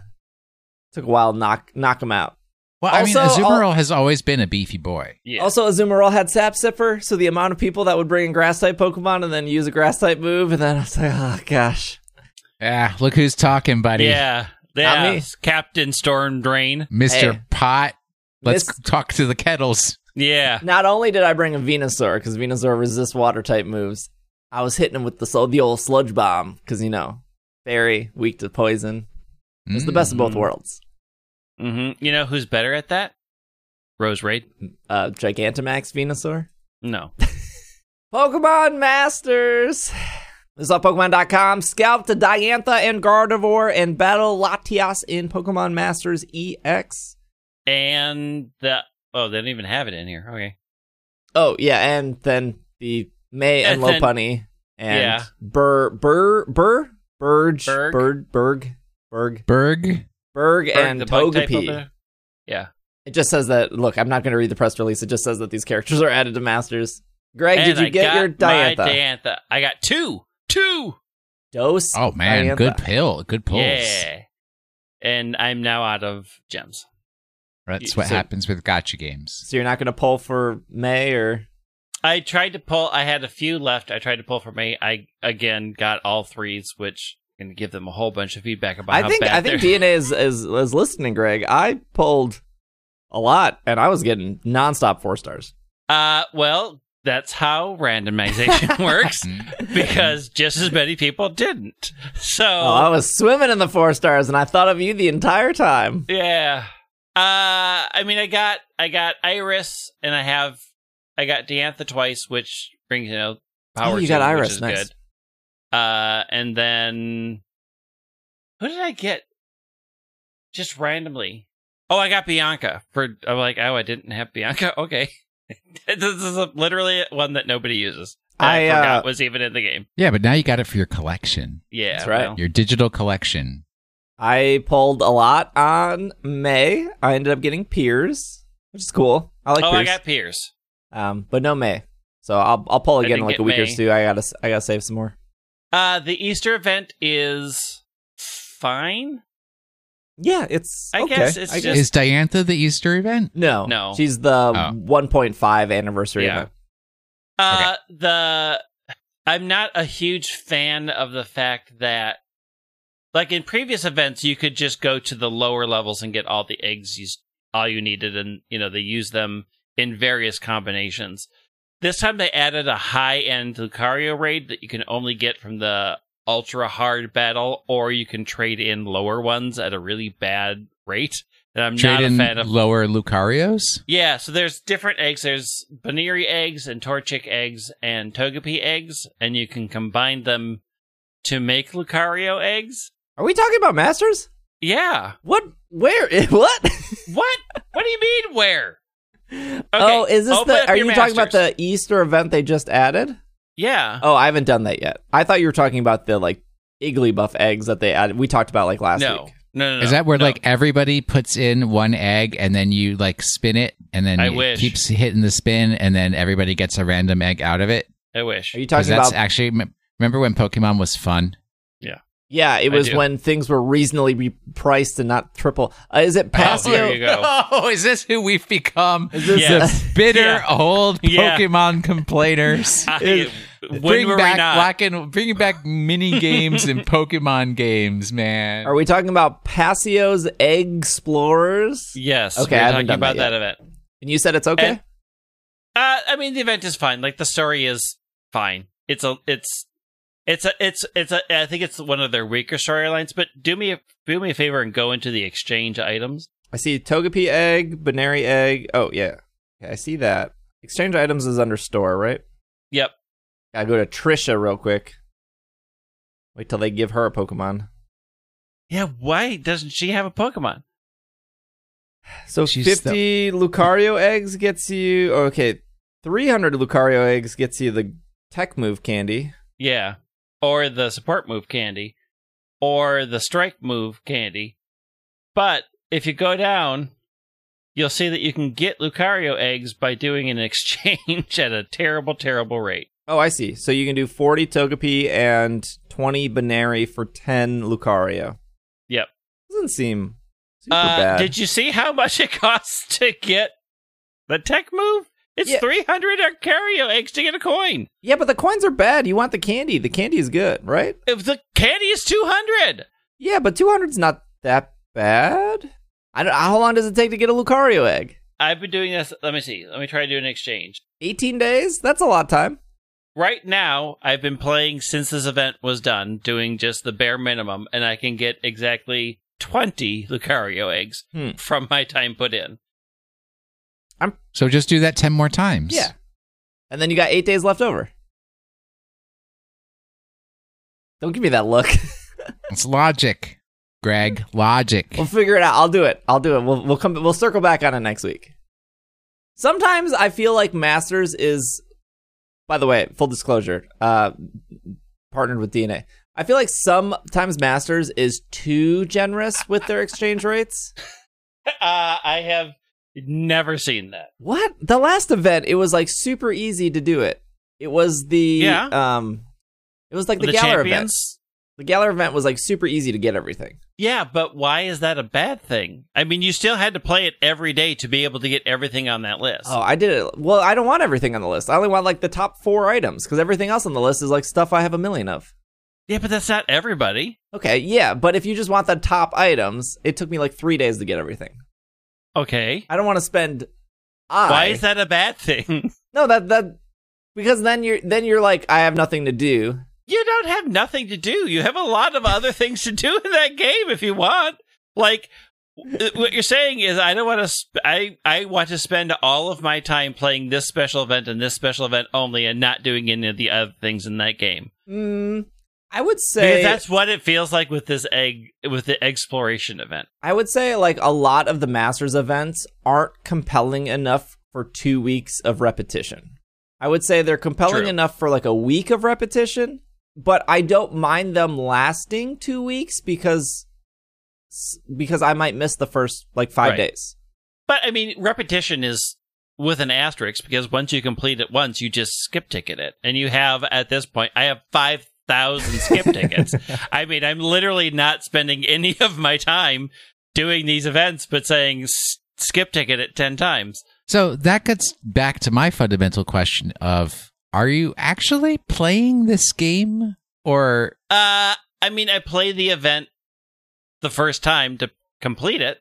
took a while to knock knock him out.
Well, I mean,
Also,
Azumarill has always been a beefy boy.
Yeah.
Also, Azumarill had Sap Sipper, so the amount of people that would bring in Grass type Pokemon and then use a Grass type move, and then I was like, oh gosh,
Ah, look who's talking, buddy.
yeah.
Not me.
Yeah. Captain Storm Drain.
Mr.
Hey.
Pot. Let's
Mis-
talk to the kettles.
Yeah.
Not only did I bring a Venusaur because Venusaur resists water type moves, I was hitting him with the sl- the old sludge bomb because you know, very weak to poison. It was the best of both
Mm.
worlds.
hmm You know who's better at that? Rose Raid?
Uh, Gigantamax Venusaur.
No.
Pokemon Masters. This is on Pokemon.com. Scalp to Diantha and Gardevoir and battle Latias in Pokemon Masters E EX.
And the. Oh, they don't even have it in here. Okay.
Oh yeah, and then the May and,
And then-
Lopunny and
Yeah.
Burr Burr Burr Burge
Berg.
Bird Berg Berg
Berg.
Berg and
Berg, the bug type
Togepi.
opener? Yeah.
It just says that. Look, I'm not going to read the press release. It just says that these characters are added to Masters. Greg,
And
did you
I
get
got
your
my
Diantha
Diantha. I got two. Two.
dose?
Oh man,
Diantha.
good pill, good pulls.
Yeah. And I'm now out of gems.
That's what
So-
happens with gotcha games.
So you're not going to pull for May or
I tried to pull. I had a few left. I tried to pull for me. I again got all threes, which I'm gonna give them a whole bunch of feedback about
I
how
think
bad
I think
they're.
DNA is, is is listening, Greg. I pulled a lot and I was getting nonstop four stars.
uh, well, that's how randomization works
Mm.
because just as many people didn't. So
Oh, I was swimming in the four stars and I thought of you the entire time.
yeah. Uh, I mean, I got I got Iris, and I have I got Deantha twice, which brings you know
Oh,
power.
you
to
got
me,
Iris,
which is
nice.
good. Uh, and then who did I get? Just randomly. Oh, I got Bianca for. I'm like, oh, I didn't have Bianca. Okay, this is a, literally one that nobody uses. that I,
I, uh,
forgot was even in the game.
Yeah, but now you got it for your collection,
Yeah,
That's right.
well,
your digital collection.
I pulled a lot on May. I ended up getting Piers, which is cool. I like
oh, I
Piers.
got Pierce.
um, but no May. So I'll I'll pull
I
again in
didn't
like a
get
week or
May.
two. I gotta s- I gotta save some more.
Uh, the Easter event is fine.
Yeah, it's
I
okay.
guess it's just-
Is Diantha the Easter event?
no,
No.
She's the
Oh.
1.5 anniversary
Yeah.
event.
Uh, the I'm not a huge fan of the fact that, like in previous events, you could just go to the lower levels and get all the eggs you s- all you needed, and you know they use them in various combinations. This time they added a high end Lucario raid that you can only get from the ultra hard battle, or you can trade in lower ones at a really bad rate. And I'm
Trade
not a
in
fan of
lower Lucarios?
yeah, so there's different eggs. There's Baneri eggs and Torchic eggs and Togepi eggs, and you can combine them to make Lucario eggs.
Are we talking about Masters?
Yeah.
What? Where? What?
What? what do you mean where?
oh, is this
open
the?
up
Are you
your
talking about
masters.
the Easter event they just added?
Yeah.
Oh, I haven't done that yet. I thought you were talking about the like Igglybuff eggs that they added. We talked about like last
no.
week.
no. No, no.
Is that where
no.
like everybody puts in one egg and then you like spin it and then
I
it
wish.
keeps hitting the spin and then everybody gets a random egg out of it?
I wish.
Are you
'Cause
talking
that's
about?
actually m- remember when Pokemon was fun?
yeah, it
I
was
do.
when things were reasonably re- priced and not triple. Uh, is it
Oh,
Passio?
there you go.
Oh, is this who we've become?
Is this-
Yes.
Bitter
Yeah.
old
Yeah.
Pokemon complainers.
I, when
bring
were
back
we not?
black and bring back mini games and Pokemon games, man.
Are we talking about Passio's Egg Explorers?
Yes.
Okay, I
we're
haven't
talking
done that
about that, event.
And you said it's okay.
And- Uh, I mean, the event is fine. Like the story is fine. It's a, it's, it's a, it's, it's a. I think it's one of their weaker storylines. But do me, a, do me a favor and go into the exchange items.
I see Togepi egg, Binary egg. Oh yeah, okay, I see that. Exchange items is under store, right?
Yep.
I go to Trisha real quick. Wait till they give her a Pokemon.
Yeah. Why doesn't she have a Pokemon?
So
She's
fifty Lucario eggs gets you okay. Three hundred Lucario eggs gets you the tech move candy.
Yeah. Or the support move candy, or the strike move candy. But if you go down, you'll see that you can get Lucario eggs by doing an exchange at a terrible, terrible rate.
Oh, I see. So you can do forty Togepi and twenty Banary for ten Lucario.
Yep.
Doesn't seem super
Uh,
bad.
did you see how much it costs to get the tech move? It's
Yeah.
300 Arcario eggs to get a coin.
yeah, but the coins are bad. You want the candy. The candy is good, right?
If the candy is 200.
Yeah, but two hundred's not that bad. I don't. How long does it take to get a Lucario egg?
I've been doing this. Let me see. Let me try to do an exchange.
Eighteen days. That's a lot of time.
Right now, I've been playing since this event was done, doing just the bare minimum, and I can get exactly 20 Lucario eggs
Hmm.
from my time put in.
So just do that ten more times.
Yeah. And then you got eight days left over. Don't give me that look.
it's logic, Greg. Logic.
we'll figure it out. I'll do it. I'll do it. We'll we'll come we'll circle back on it next week. Sometimes I feel like Masters is by the way, full disclosure, uh partnered with DNA. I feel like sometimes Masters is too generous with their exchange rates.
Uh, I have never seen that.
What? The last event, it was like super easy to do it. It was the
Yeah.
um it was like the, Galler event. The Galler event was like super easy to get everything.
Yeah, but why is that a bad thing? I mean, you still had to play it every day to be able to get everything on that list.
Oh, I did it. Well, I don't want everything on the list. I only want like the top four items because everything else on the list is like stuff I have a million of.
Yeah, but that's not everybody.
Okay, yeah, but if you just want the top items, it took me like three days to get everything.
Okay.
I don't want to spend. I,
Why is that a bad thing?
No, that that because then you're then you're like I have nothing to do.
you don't have nothing to do. You have a lot of other things to do in that game if you want. Like w- what you're saying is I don't want to sp- I I want to spend all of my time playing this special event and this special event only and not doing any of the other things in that game.
Mm, I would
Because
say
that's what it feels like with this egg with the exploration event.
I would say like a lot of the Masters events aren't compelling enough for two weeks of repetition. I would say they're compelling
True.
enough for like a week of repetition, but I don't mind them lasting two weeks because s- because I might miss the first like five
Right.
days.
But I mean, repetition is with an asterisk because once you complete it once, you just skip ticket it. And you have, at this point, I have 5,000 skip tickets. I mean, I'm literally not spending any of my time doing these events, but saying "S- skip ticket it 10 times.
So that gets back to my fundamental question of are you actually playing this game or
Uh, I mean, I play the event the first time to complete it.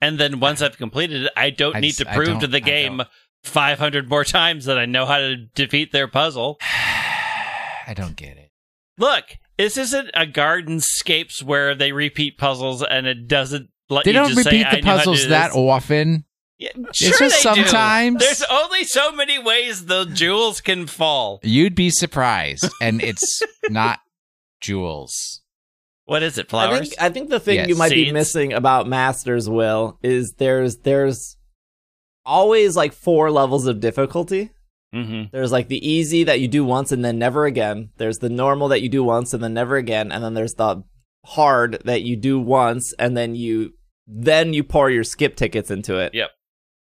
And then once I've completed it, I don't
I
need
just-
to
I
prove
don't-
to
I
the
don't.
game 500 more times that I know how to defeat their puzzle.
I don't get it.
Look, this isn't a Gardenscapes where they repeat puzzles and it doesn't let
They
you
don't
just
repeat
say,
the
I know how to do
puzzles that
this.
often.
Yeah,
just
sure they
sometimes.
Do. There's only so many ways the jewels can fall.
You'd be surprised and it's not jewels.
What is it, flowers?
I think I think the thing
Yes.
you might be
Seeds.
missing about Masters Will is there's there's always like four levels of difficulty.
mm-hmm.
There's like the easy that you do once and then never again. There's the normal that you do once and then never again, and then there's the hard that you do once and then you then you pour your skip tickets into it.
Yep.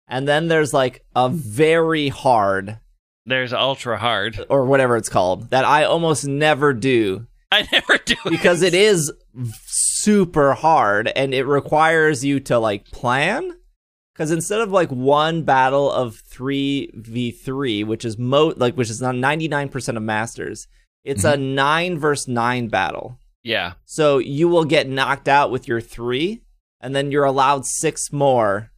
And then there's like a very hard
There's ultra hard.
or whatever it's called that I almost never do
I never do
because it is v- super hard and it requires you to like plan because instead of like one battle of 3v3 which is mo like which is not 99% of masters it's a 9 versus 9 battle
Yeah.
so you will get knocked out with your 3 and then you're allowed 6 more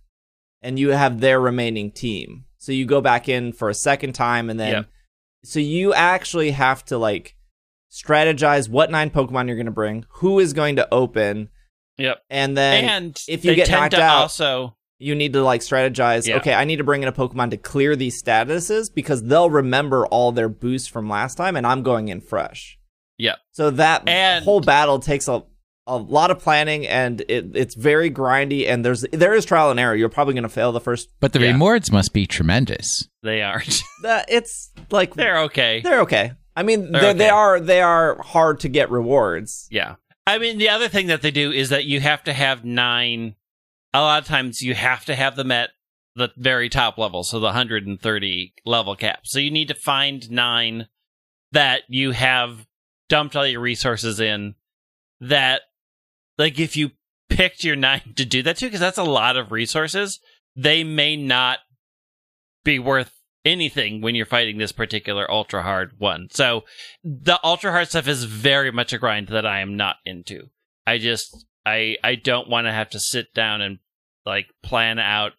and you have their remaining team so you go back in for a second time and then
Yeah.
so you actually have to like strategize what nine Pokemon you're going to bring, who is going to open,
Yep.
and then
And,
if you
they
get
tend
knocked
to
out-
also
you need to like strategize.
Yeah.
Okay, I need to bring in a Pokemon to clear these statuses because they'll remember all their boosts from last time, and I'm going in fresh.
Yep.
So that
And-
whole battle takes a a lot of planning, and it, it's very grindy. And there's there is trial and error. You're probably going to fail the first.
But the
Yeah.
rewards must be tremendous.
they aren't.
Uh, it's like
They're okay.
they're okay. I mean,
They're
they're, they
okay.
are they are hard to get rewards.
Yeah. I mean, the other thing that they do is that you have to have nine. A lot of times you have to have them at the very top level, so the 130 level cap. So you need to find nine that you have dumped all your resources in. That, like, if you picked your nine to do that to, because that's a lot of resources, they may not be worth anything when you're fighting this particular ultra hard one. So, the ultra hard stuff is very much a grind that I am not into. I just I I don't want to have to sit down and like plan out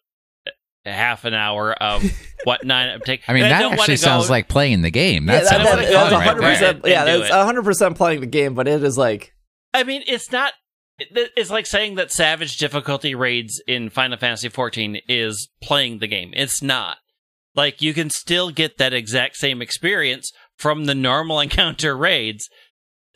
a half an hour of what nine I'm taking.
I mean,
And
that
don't wanna
actually
go-
sounds like playing the game. That
yeah,
sounds
that-
like
that's
fun,
a
right
hundred
there.
percent-
Yeah,
Into
that's
it.
hundred percent playing the game, but it is like
I mean, it's not. it- It's like saying that Savage difficulty raids in Final Fantasy XIV is playing the game. It's not. Like you can still get that exact same experience from the normal encounter raids.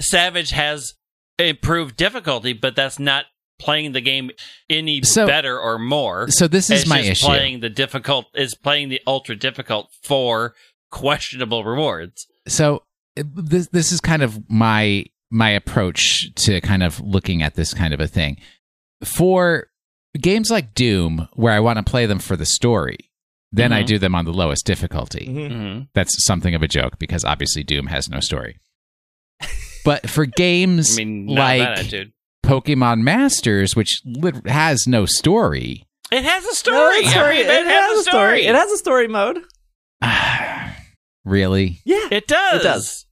Savage has improved difficulty, but that's not playing the game any
So-
better or more.
So this is
it's
my
just
issue.
playing the difficult is playing the ultra difficult for questionable rewards.
so it- this this is kind of my my approach to kind of looking at this kind of a thing for games like doom where i want to play them for the story then i
Mhm.
do them on the lowest difficulty
mhm.
Mm-hmm.
that's something of a joke because obviously doom has no story but for games
I mean, not
like
that attitude.
pokemon masters which lit- has no story
It has a story.
No, it's a story.
It, has, a story.
It has a story mode.
really
Yeah,
It does.
It does.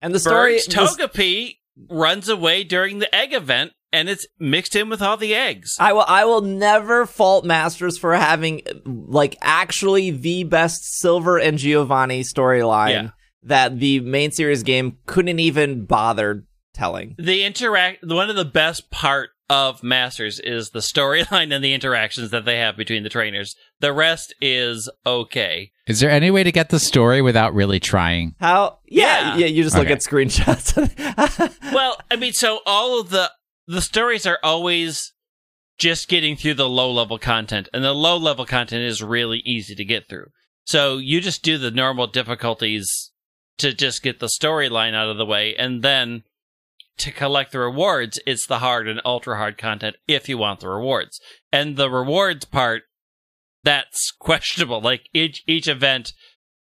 and the story.
Story. Togepi runs away during the egg event, and it's mixed in with all the eggs.
I will. I will never fault Masters for having like actually the best Silver and Giovanni storyline
Yeah.
that the main series game couldn't even bother telling.
the interact. One of the best part of Masters is the storyline and the interactions that they have between the trainers. The rest is okay.
is there any way to get the story without really trying
How? Yeah, yeah.
Yeah.
you just look
Okay.
at screenshots.
well, I mean, so all of the the stories are always just getting through the low level content, and the low level content is really easy to get through. So you just do the normal difficulties to just get the storyline out of the way, and then to collect the rewards, it's the hard and ultra hard content if you want the rewards. And the rewards part, that's questionable. Like each each event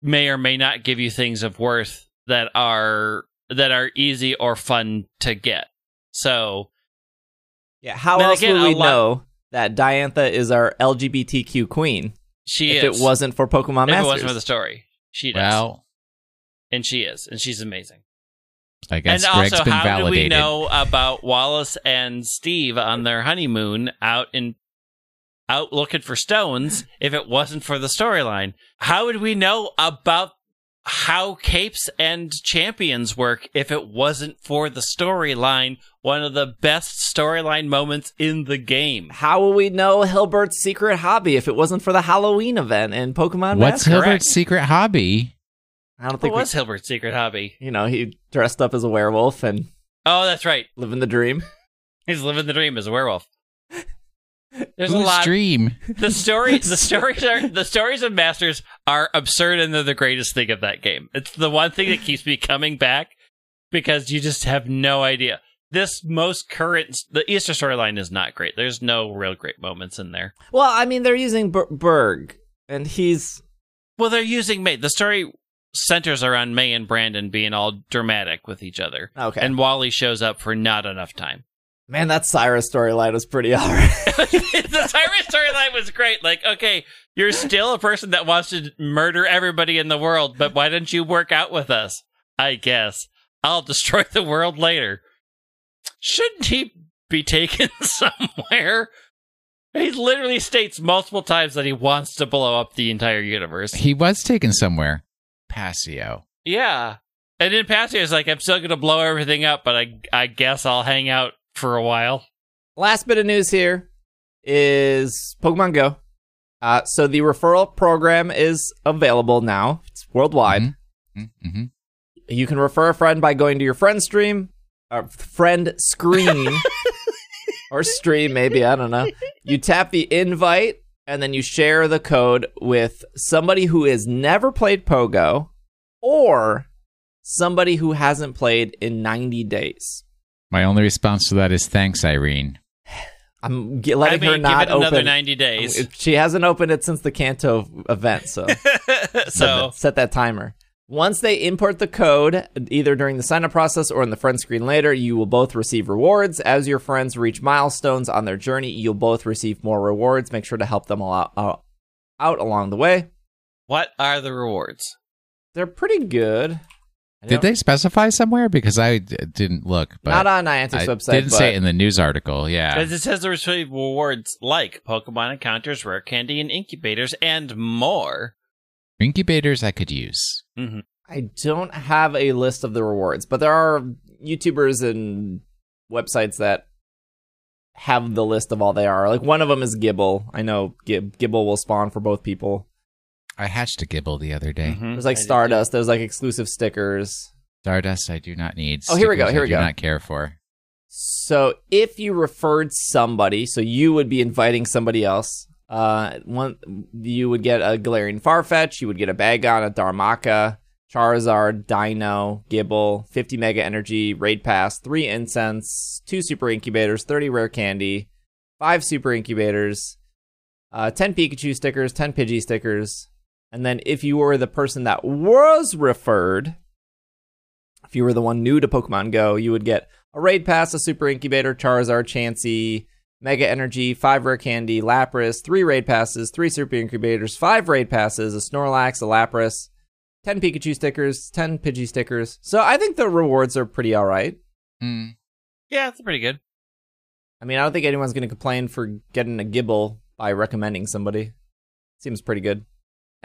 may or may not give you things of worth that are that are easy or fun to get. So
Yeah, how
Then
else
again,
would
a
we
lot-
know that Diantha is our LGBTQ queen
she
if
is.
it wasn't for Pokemon
if it wasn't for the
Masters?
story, she does,
Well,
and she is, and she's amazing.
I guess
and
Greg's
also,
been
how
validated.
do we know about Wallace and Steve on their honeymoon out in out looking for stones if it wasn't for the storyline? How would we know about how capes and champions work if it wasn't for the storyline? One of the best storyline moments in the game.
How will we know Hilbert's secret hobby if it wasn't for the Halloween event and Pokemon Masters?
What's
correct.
Hilbert's secret hobby?
I don't
What
think we,
was Hilbert's secret hobby?
you know, he dressed up as a werewolf and
Oh, that's right.
living the dream.
He's living the dream as a werewolf. There's a
Whose
lot.
dream?
the story the stories are the stories of masters are absurd and they're the greatest thing of that game it's the one thing that keeps me coming back because you just have no idea this most current the easter storyline is not great there's no real great moments in there
Well, I mean, they're using Ber- Berg, and he's
well they're using may the story centers around may and brandon being all dramatic with each other
okay.
and wally shows up for not enough time
Man, that Cyrus storyline was pretty alright.
the Cyrus storyline was great. Like, okay, you're still a person that wants to murder everybody in the world, but why don't you work out with us? I guess I'll destroy the world later. Shouldn't he be taken somewhere? He literally states multiple times that he wants to blow up the entire universe.
He was taken somewhere. Passio.
Yeah. And in Pasio is like, I'm still gonna blow everything up, but I I guess I'll hang out for a while.
Last bit of news here is Pokemon Go. Uh, so the referral program is available now. It's worldwide.
Mm-hmm.
You can refer a friend by going to your friend stream, or friend screen, or stream, maybe. I don't know. You tap the invite, and then you share the code with somebody who has never played Pogo or somebody who hasn't played in 90 days.
My only response to that is thanks, Irene.
I'm g- letting
I mean,
her not
give it another
open. Oh,
ninety days.
It- She hasn't opened it since the Kanto event, so
so
set, set that timer. Once they import the code, either during the sign up process or in the friend screen later, you will both receive rewards. As your friends reach milestones on their journey, you'll both receive more rewards. Make sure to help them all out, out, out along the way.
What are the rewards?
They're pretty good. I
Did
don't-
they specify somewhere? Because I d- didn't look. But
Not on Niantic's
I
website.
didn't
but
say it in the news article. Yeah.
Because it says there's rewards like Pokemon encounters, rare candy, and incubators, and more.
Incubators I could use.
hmm
I don't have a list of the rewards, but there are YouTubers and websites that have the list of all they are. Like one of them is Gibble. I know Gib- Gibble will spawn for both people.
I hatched a gibble the other day.
Mm-hmm.
There's like Stardust. There's like exclusive stickers.
Stardust I do not need.
Oh, here we go,
Stickers
here we
I do
go.
not care for.
So if you referred somebody, so you would be inviting somebody else. Uh, one you would get a Galarian Farfetch, you would get a Bagon, a Darmaka, Charizard, Dino, Gibble, 50 Mega Energy, Raid Pass, three Incense, two Super Incubators, 30 Rare Candy, five Super Incubators, uh, 10 Pikachu stickers, 10 Pidgey stickers, and then if you were the person that was referred, if you were the one new to Pokemon Go, you would get a raid pass, a super incubator, Charizard, Chansey, Mega Energy, five rare candy, Lapras, three raid passes, three super incubators, five raid passes, a Snorlax, a Lapras, ten Pikachu stickers, ten Pidgey stickers. So I think the rewards are pretty all right.
Hmm.
Yeah, that's pretty good.
I mean, I don't think anyone's going to complain for getting a Gibble by recommending somebody. Seems pretty good.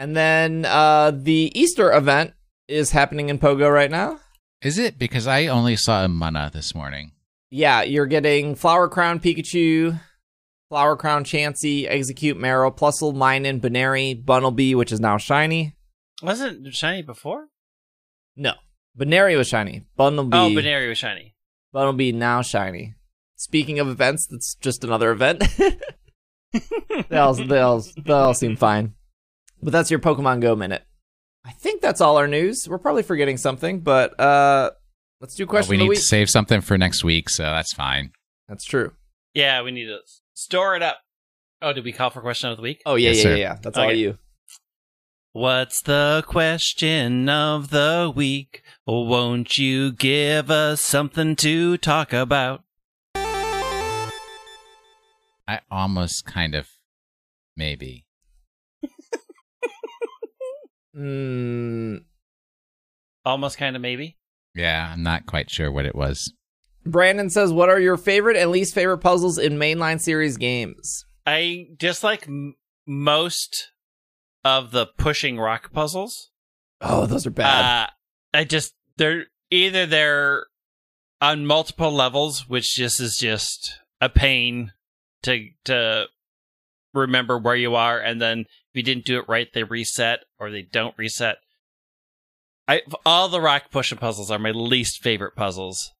And then uh, the Easter event is happening in Pogo right now.
Is it? Because I only saw a mana this morning.
Yeah, you're getting Flower Crown Pikachu, Flower Crown Chansey, Execute Marrow, Plusle, Minun, Banary, Bunnelby, which is now shiny.
Wasn't it shiny before?
No. Banary was shiny. Bunnelby.
Oh, Banary was shiny.
Bunnelby now shiny. Speaking of events, that's just another event. they, all, they, all, they all seem fine. But that's your Pokemon Go minute. I think that's all our news. We're probably forgetting something, but uh, Let's do
But
question
Oh, we
of the
need
week.
to save something for next week, so that's fine.
That's true.
Yeah, we need to store it up. Oh, did we call for question of the week?
Oh yeah,
Yes,
yeah,
sir.
yeah, yeah. That's all
Okay.
you.
What's the question of the week? Won't you give us something to talk about?
I almost kind of maybe.
Mm,
Almost kind of maybe.
Yeah, I'm not quite sure what it was.
Brandon says, "What are your favorite and least favorite puzzles in mainline series games?"
I dislike m- most of the pushing rock puzzles.
Oh, those are bad.
Uh, I just they're either they're on multiple levels, which just is just a pain to to remember where you are, and then if you didn't do it right, they reset or they don't reset. I of all the rock pushing puzzles are my least favorite puzzles.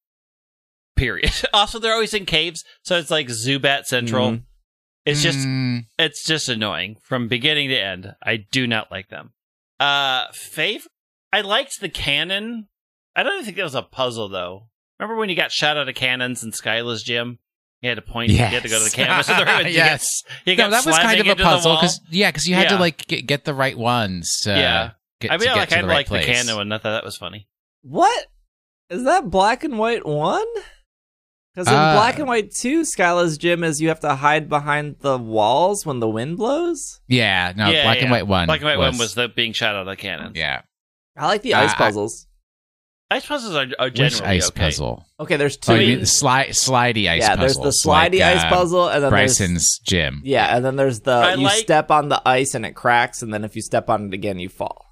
Period. also, they're always in caves, so it's like Zubat Central.
Mhm.
It's just
Mm,
it's just annoying from beginning to end. I do not like them. Uh fav I liked the cannon. I don't think that was a puzzle though. Remember when you got shot out of cannons in Skyla's gym? You had to point you had to go to the canvas of the room. and
yes.
You got, you got
No, that was kind
slamming
of a
into the
puzzle
wall.
because yeah, because you had
Yeah.
to like get, get the right ones. To,
Yeah.
get,
I
to
mean, I
get
like,
to
I
the
like
right
the
place.
cannon one. I thought that was funny.
what is that? Black and white one? Because in
Uh.
black and white two, Skyla's gym is you have to hide behind the walls when the wind blows.
Yeah, no,
Yeah,
black
yeah.
and white one.
Black and white one was the being shot out of the cannon.
yeah.
I like the ice
Uh, I-
puzzles.
Ice puzzles are, are generally
Which ice
okay.
puzzle?
okay, there's
Oh,
two.
you mean the sli- slidey ice
yeah, there's
puzzle?
the slidey ice puzzle, and then there's
Bryson's gym.
yeah, and then there's the
I
you
like-
step on the ice and it cracks, and then if you step on it again, you fall.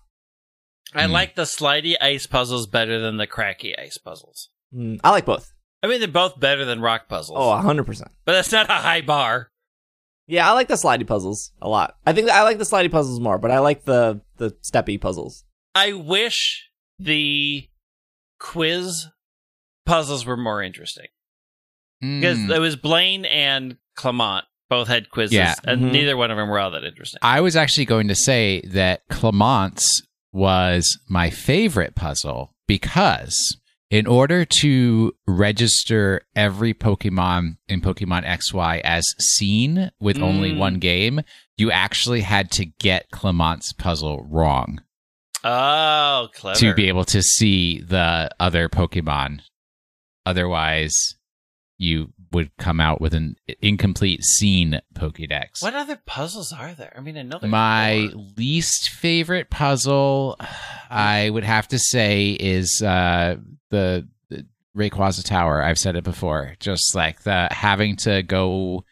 I
Mm.
like the slidey ice puzzles better than the cracky ice puzzles.
Mm, I like both.
I mean, they're both better than rock puzzles.
Oh, 100%.
but that's not a high bar.
Yeah, I like the slidey puzzles a lot. I think I like the slidey puzzles more, but I like the the steppy puzzles.
I wish the quiz puzzles were more interesting because
Mm.
it was Blaine and Clement both had quizzes,
Yeah. Mm-hmm.
and
Mhm.
neither one of them were all that interesting.
I was actually going to say that Clement's was my favorite puzzle because in order to register every Pokemon in Pokemon XY as seen with only
Mm.
one game, you actually had to get Clement's puzzle wrong
Oh, clever!
to be able to see the other Pokemon. Otherwise, you would come out with an incomplete seen Pokedex.
what other puzzles are there? I mean, I know there's
My
more.
least favorite puzzle, I would have to say, is uh, the, the Rayquaza Tower. I've said it before. Just like the having to go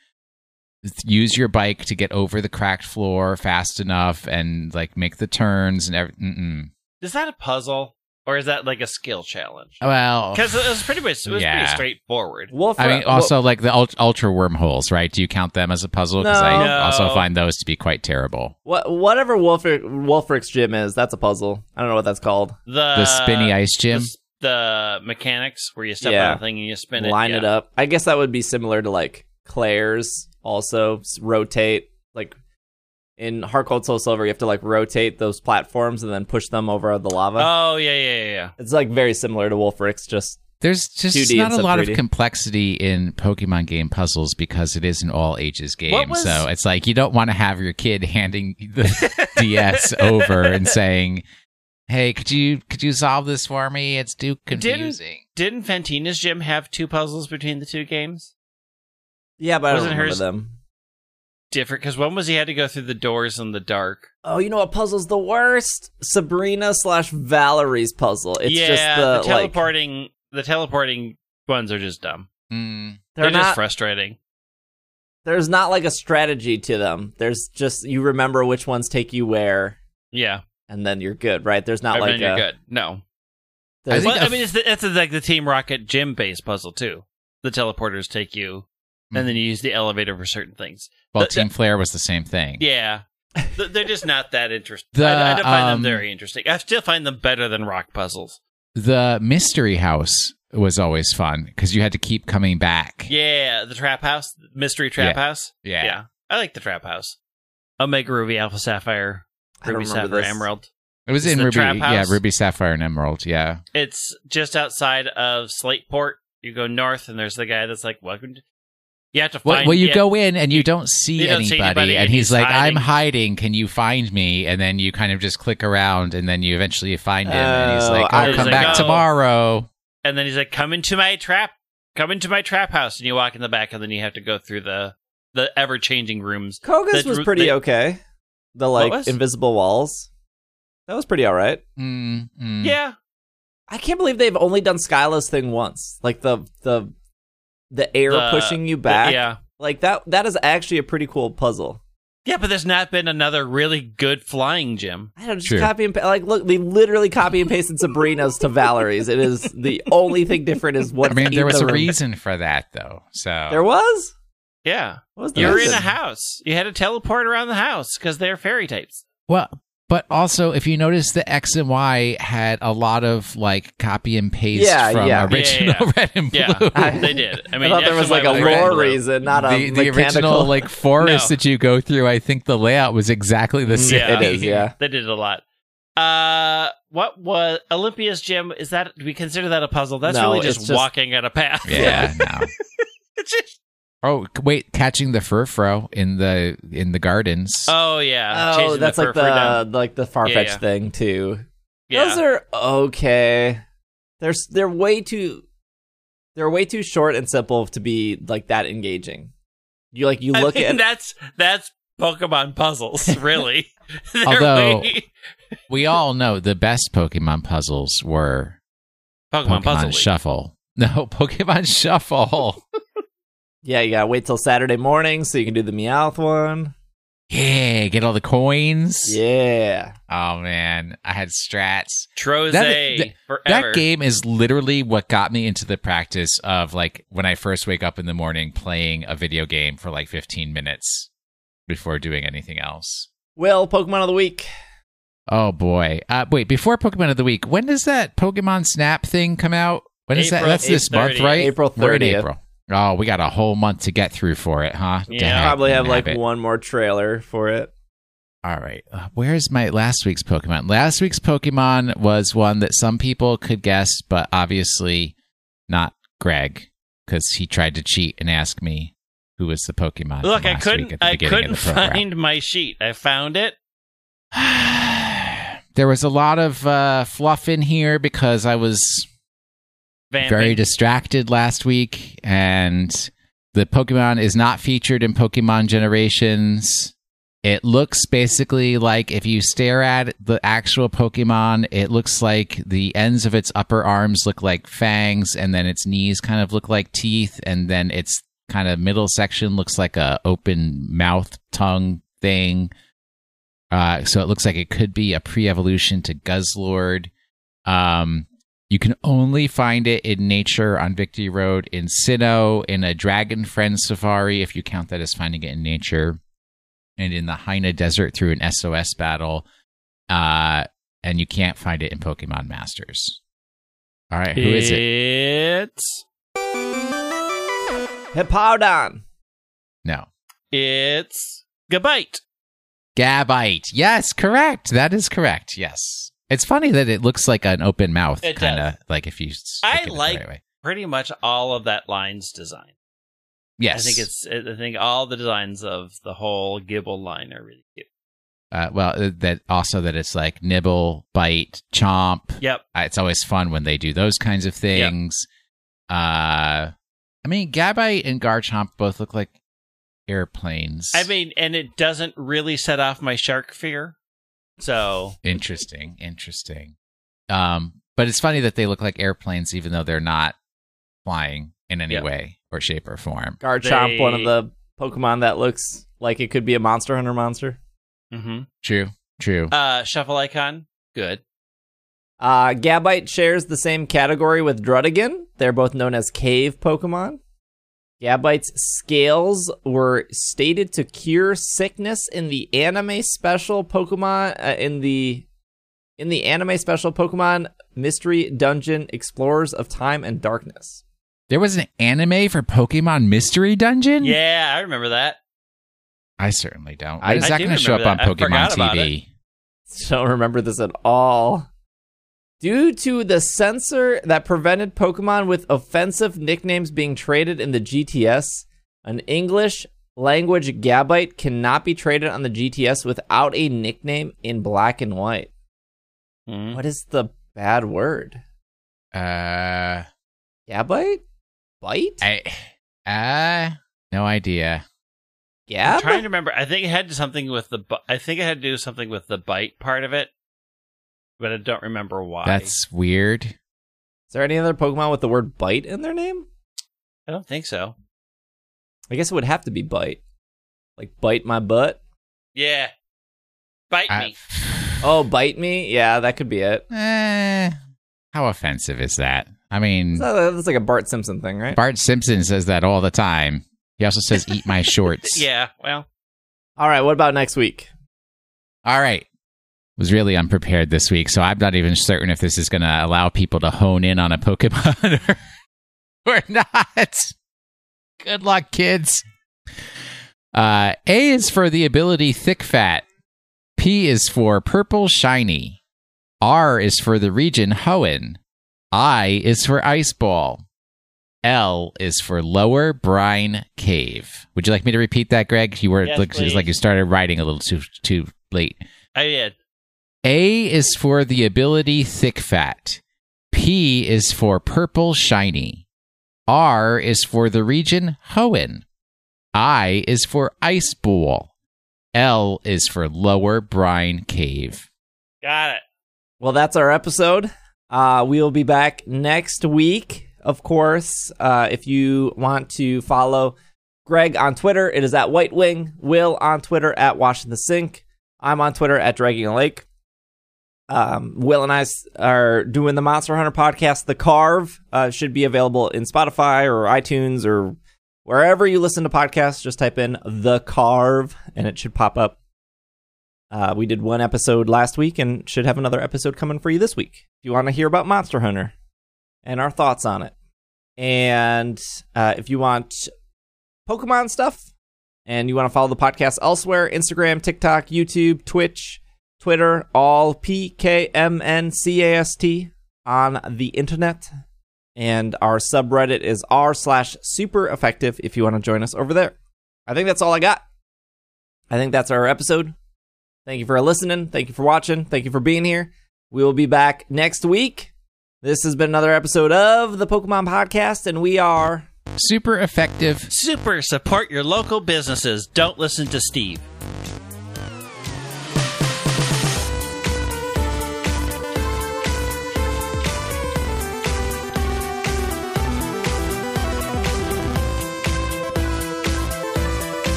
th- use your bike to get over the cracked floor fast enough and like make the turns and everything.
is that a puzzle or is that like a skill challenge?
Well,
Because it was pretty much it was
Oh. Yeah.
pretty straightforward.
Wolf
I mean, also like the ult- ultra wormholes, right? Do you count them as a puzzle? Because
No.
I
No.
also find those to be quite terrible.
what whatever Wolfric Wolfric's gym is, that's a puzzle. I don't know what that's called.
The
The spinny ice
Uh, the,
gym.
s- the mechanics where you step
Yeah.
on a thing and you spin it,
Line
yeah.
it up. I guess that would be similar to like Claire's also s- rotate like in Heart Cold Soul Silver, you have to like rotate those platforms and then push them over the lava.
Oh yeah, yeah, yeah, yeah.
it's like very similar to Wolfric's, just
There's just
2D
not a
instead of
lot of
3D.
complexity in Pokemon game puzzles because it is an all ages
What
game.
was-
So it's like you don't want to have your kid handing the DS over and saying, "Hey, could you could you solve this for me? It's too confusing."
Didn't Fantina's gym have two puzzles between the two games?
yeah, but I
Wasn't
don't remember
hers-
them.
Different, because one was he had to go through the doors in the dark.
Oh, you know what puzzle's the worst? Sabrina slash Valerie's puzzle. It's
yeah,
just the, like
teleporting. the teleporting ones are just dumb.
Mm.
they're,
They're, just
not
frustrating.
there's not like a strategy to them. There's just you remember which ones take you where,
Yeah,
and then you're good, right? There's not
I
like
mean, you're
a
good. No,
there's-
I think
well,
a
I mean it's, the, it's like the Team Rocket gym base puzzle too. The teleporters take you, and
Mm-hmm.
then you use the elevator for certain things.
Well,
the-
Team Flare was the same thing.
Yeah, Th- they're just not that interesting.
The,
I, I don't find
um,
them very interesting. I still find them better than rock puzzles.
The Mystery House was always fun because you had to keep coming back.
Yeah, the trap house, mystery trap
Yeah.
house.
Yeah.
I like the trap house. Omega Ruby, Alpha Sapphire,
I don't
Ruby
remember
Sapphire,
this.
Emerald.
It was
It's
in
the
Ruby,
trap
yeah,
house?
Ruby Sapphire and Emerald, yeah.
It's just outside of Slateport. You go north, and there's the guy that's like, "Welcome." To- you have to
Well,
find.
well, you
yeah,
go in and you don't see,
you don't
anybody,
see anybody,
and
and
he's,
he's
like, "I'm
hiding."
hiding. Can you find me?" And then you kind of just click around, and then you eventually find him, and he's
Oh,
like,
I
"I'll
was
come
like,
back
oh.
tomorrow."
and then he's like, "Come into my trap. Come into my trap house." And you walk in the back, and then you have to go through the the ever changing rooms.
Koga's
The-
was pretty
they-
okay. The
What
like
was?
invisible walls. That was pretty all right.
Mm,
Hmm.
mm.
Yeah,
I can't believe they've only done Skyla's thing once. Like the the the air
The-
pushing you back.
yeah,
Like that that is actually a pretty cool puzzle.
yeah. But there's not been another really good flying gym.
I don't just
True.
copy and pa- like look they literally copy and pasted Sabrina's to Valerie's. It is the only thing different is what
I mean, there was
the
a
room.
reason for that, though. So
There was?
Yeah,
What was the
you were in
reason?
a house. You had to teleport around the house because they're fairy types.
Well, but also if you notice, the X and Y had a lot of like copy and paste
Yeah,
from
yeah.
original
Yeah, yeah,
Red and Blue.
Yeah,
I-
they did. I
I,
mean,
thought there was like a
actually, why
lore
would I-
reason, not a
the, the original
mechanical.
like forest
No.
that you go through, I think the layout was exactly the same.
Yeah.
It is, yeah.
They did it a lot. Uh, what was Olympia's gym? Is that do we consider that a puzzle? That's
No,
really
it's
just,
just-
walking at a path.
Yeah, no.
It's just-
Oh c- wait, catching the furfro in the in the gardens.
oh
uh,
yeah.
Oh,
Chasing
that's like
fur fruit down.
the like the far fetched
yeah.
thing too.
yeah.
Those are okay. They're s- they're way too they're way too short and simple to be like that engaging. You like you
I
look
mean,
at
that's that's Pokemon puzzles, really. They're
Although-
way-
we all know the best Pokemon puzzles were
Pokemon,
Pokemon
puzzle. League.
Shuffle. No, Pokemon Shuffle.
yeah you gotta wait till Saturday morning so you can do the Meowth one.
yeah, get all the coins.
Yeah,
Oh man, I had strats.
Troze
That- that-
forever.
That game is literally what got me into the practice of like when I first wake up in the morning playing a video game for like 15 minutes before doing anything else.
Will Pokemon of the week.
Oh boy. Uh, wait, before Pokemon of the Week, when does that Pokemon Snap thing come out? When is that?
April-
That's this month,
30th.
right?
April
We're in
30th.
April. Oh, we got a whole month to get through for it, huh?
Yeah.
Dang,
Probably have like
nabbit.
one more trailer for it.
All right. Uh, Where's my last week's Pokemon? Last week's Pokemon was one that some people could guess, but obviously not Greg because he tried to cheat and ask me who was the Pokemon. from
Look, I
last week
couldn't
at the
I
beginning of
couldn't
the program.
find my sheet. I found it.
there was a lot of uh, fluff in here because I was
Vamping.
very distracted last week, and the Pokemon is not featured in Pokemon Generations. It looks basically like if you stare at the actual Pokemon, it looks like the ends of its upper arms look like fangs, and then its knees kind of look like teeth, and then its kind of middle section looks like a open mouth tongue thing. Uh, so it looks like it could be a pre-evolution to Guzzlord. Um, you can only find it in nature on Victory Road, in Sinnoh, in a Dragon Friend Safari, if you count that as finding it in nature, and in the Haina Desert through an SOS battle. Uh, and you can't find it in Pokemon Masters. All right, who is
Eh.
it?
It's
Hippowdon.
No.
it's Gabite.
Gabite. Yes, correct. That is correct. Yes. It's funny that it looks like an open mouth,
It
kind of like if you. stick
I
it the
like-
right way.
Pretty much all of that line's design.
Yes.
I think it's. I think all the designs of the whole Gibble line are really cute.
Uh, well, uh, that also that it's like nibble, bite, chomp.
Yep.
Uh, It's always fun when they do those kinds of things. Uh, I mean, Gabite and Garchomp both look like airplanes.
I mean, and it doesn't really set off my shark fear. So
interesting, interesting. Um, but it's funny that they look like airplanes, even though they're not flying in any
Yeah.
way or shape or form.
Garchomp,
They-
one of the Pokemon that looks like it could be a Monster Hunter monster.
hmm
True, true.
uh, shuffle icon, good.
Uh, Gabite shares the same category with Drudigan. They're both known as cave Pokemon. Gabite's scales were stated to cure sickness in the anime special Pokemon uh, in the in the anime special Pokemon Mystery Dungeon Explorers of Time and Darkness.
there was an anime for Pokemon Mystery Dungeon.
Yeah, I remember that.
I certainly don't.
I-
When is
I
that
do
going to show up
remember that.
on
I
Pokemon
forgot about
TV?
don't remember this at all. Due to the censor that prevented Pokemon with offensive nicknames being traded in the GTS, an English language Gabite cannot be traded on the GTS without a nickname in black and white.
Mhm.
What is the bad word?
Uh,
Gabite? Bite?
I, uh, no idea.
I'm
Gab?
trying to remember. I think it had something with the. bu- I think it had to do something with the bite part of it, but I don't remember why.
That's weird.
Is there any other Pokemon with the word bite in their name?
I don't think so.
I guess it would have to be bite. Like bite my butt.
Yeah, bite
I-
me.
Oh, bite me? Yeah, that could be it.
Eh, how offensive is that? I mean,
So that's like a Bart Simpson thing, right?
Bart Simpson says that all the time. He also says, "Eat my shorts."
Yeah. Well,
All right, what about next week?
All right. Was really unprepared this week, so I'm not even certain if this is going to allow people to hone in on a Pokemon or, or not. Good luck, kids. Uh, a is for the ability Thick Fat. P is for Purple Shiny. R is for the region Hoenn. I is for Ice Ball. L is for Lower Brine Cave. Would you like me to repeat that, Greg? You were
Yes,
looks it's like
please.
you started writing a little too too late.
I did.
A is for the ability Thick Fat. P is for Purple Shiny. R is for the region Hoenn. I is for Ice Bowl. L is for Lower Brine Cave.
Got it.
Well, that's our episode. Uh, we'll be back next week, of course. Uh, if you want to follow Greg on Twitter, it is at White Wing. Will on Twitter at Washing the Sink. I'm on Twitter at Dragging a Lake. Um, Will and I s- are doing the Monster Hunter podcast. The Carve uh, should be available in Spotify or iTunes or wherever you listen to podcasts. Just type in The Carve and it should pop up. Uh, we did one episode last week and should have another episode coming for you this week. If you want to hear about Monster Hunter and our thoughts on it, and uh, if you want Pokemon stuff and you want to follow the podcast elsewhere Instagram, TikTok, YouTube, Twitch, Twitter, all PKMNCAST on the internet. And our subreddit is r slash super effective if you want to join us over there. I think that's all I got. I think that's our episode. Thank you for listening. Thank you for watching. Thank you for being here. We will be back next week. This has been another episode of the Pokemon Podcast, and we are.
Super effective.
Super support your local businesses. Don't listen to Steve.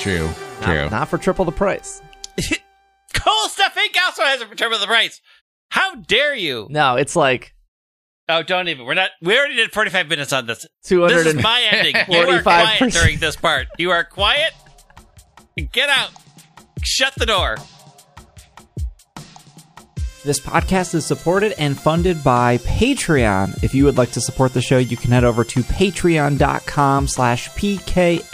True. True.
Not, not for triple the price.
Cool stuff Inc. also has a return of the rights. How dare you?
No, it's like
Oh, don't even. We're not. We already did 45 minutes on this. This
200
is
and
my ending. You are quiet
45%.
during this part. You are quiet. Get out. Shut the door.
This podcast is supported and funded by Patreon. If you would like to support the show, you can head over to patreon.com slash pkmncast.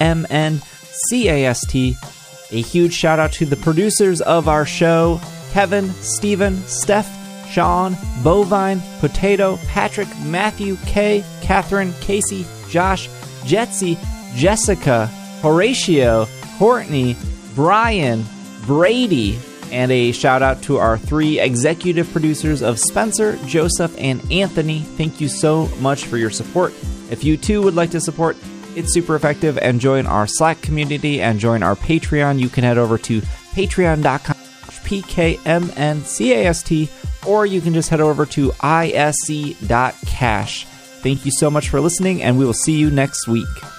A huge shout out to the producers of our show, Kevin, Steven, Steph, Sean, Bovine, Potato, Patrick, Matthew, Kay, Catherine, Casey, Josh, Jetsy, Jessica, Horatio, Courtney, Brian, Brady. And a shout out to our three executive producers of Spencer, Joseph, and Anthony. Thank you so much for your support. If you too would like to support, it's super effective and join our Slack community and join our Patreon. You can head over to patreon.com PKMNCAST, or you can just head over to isc.cash. Thank you so much for listening, and we will see you next week.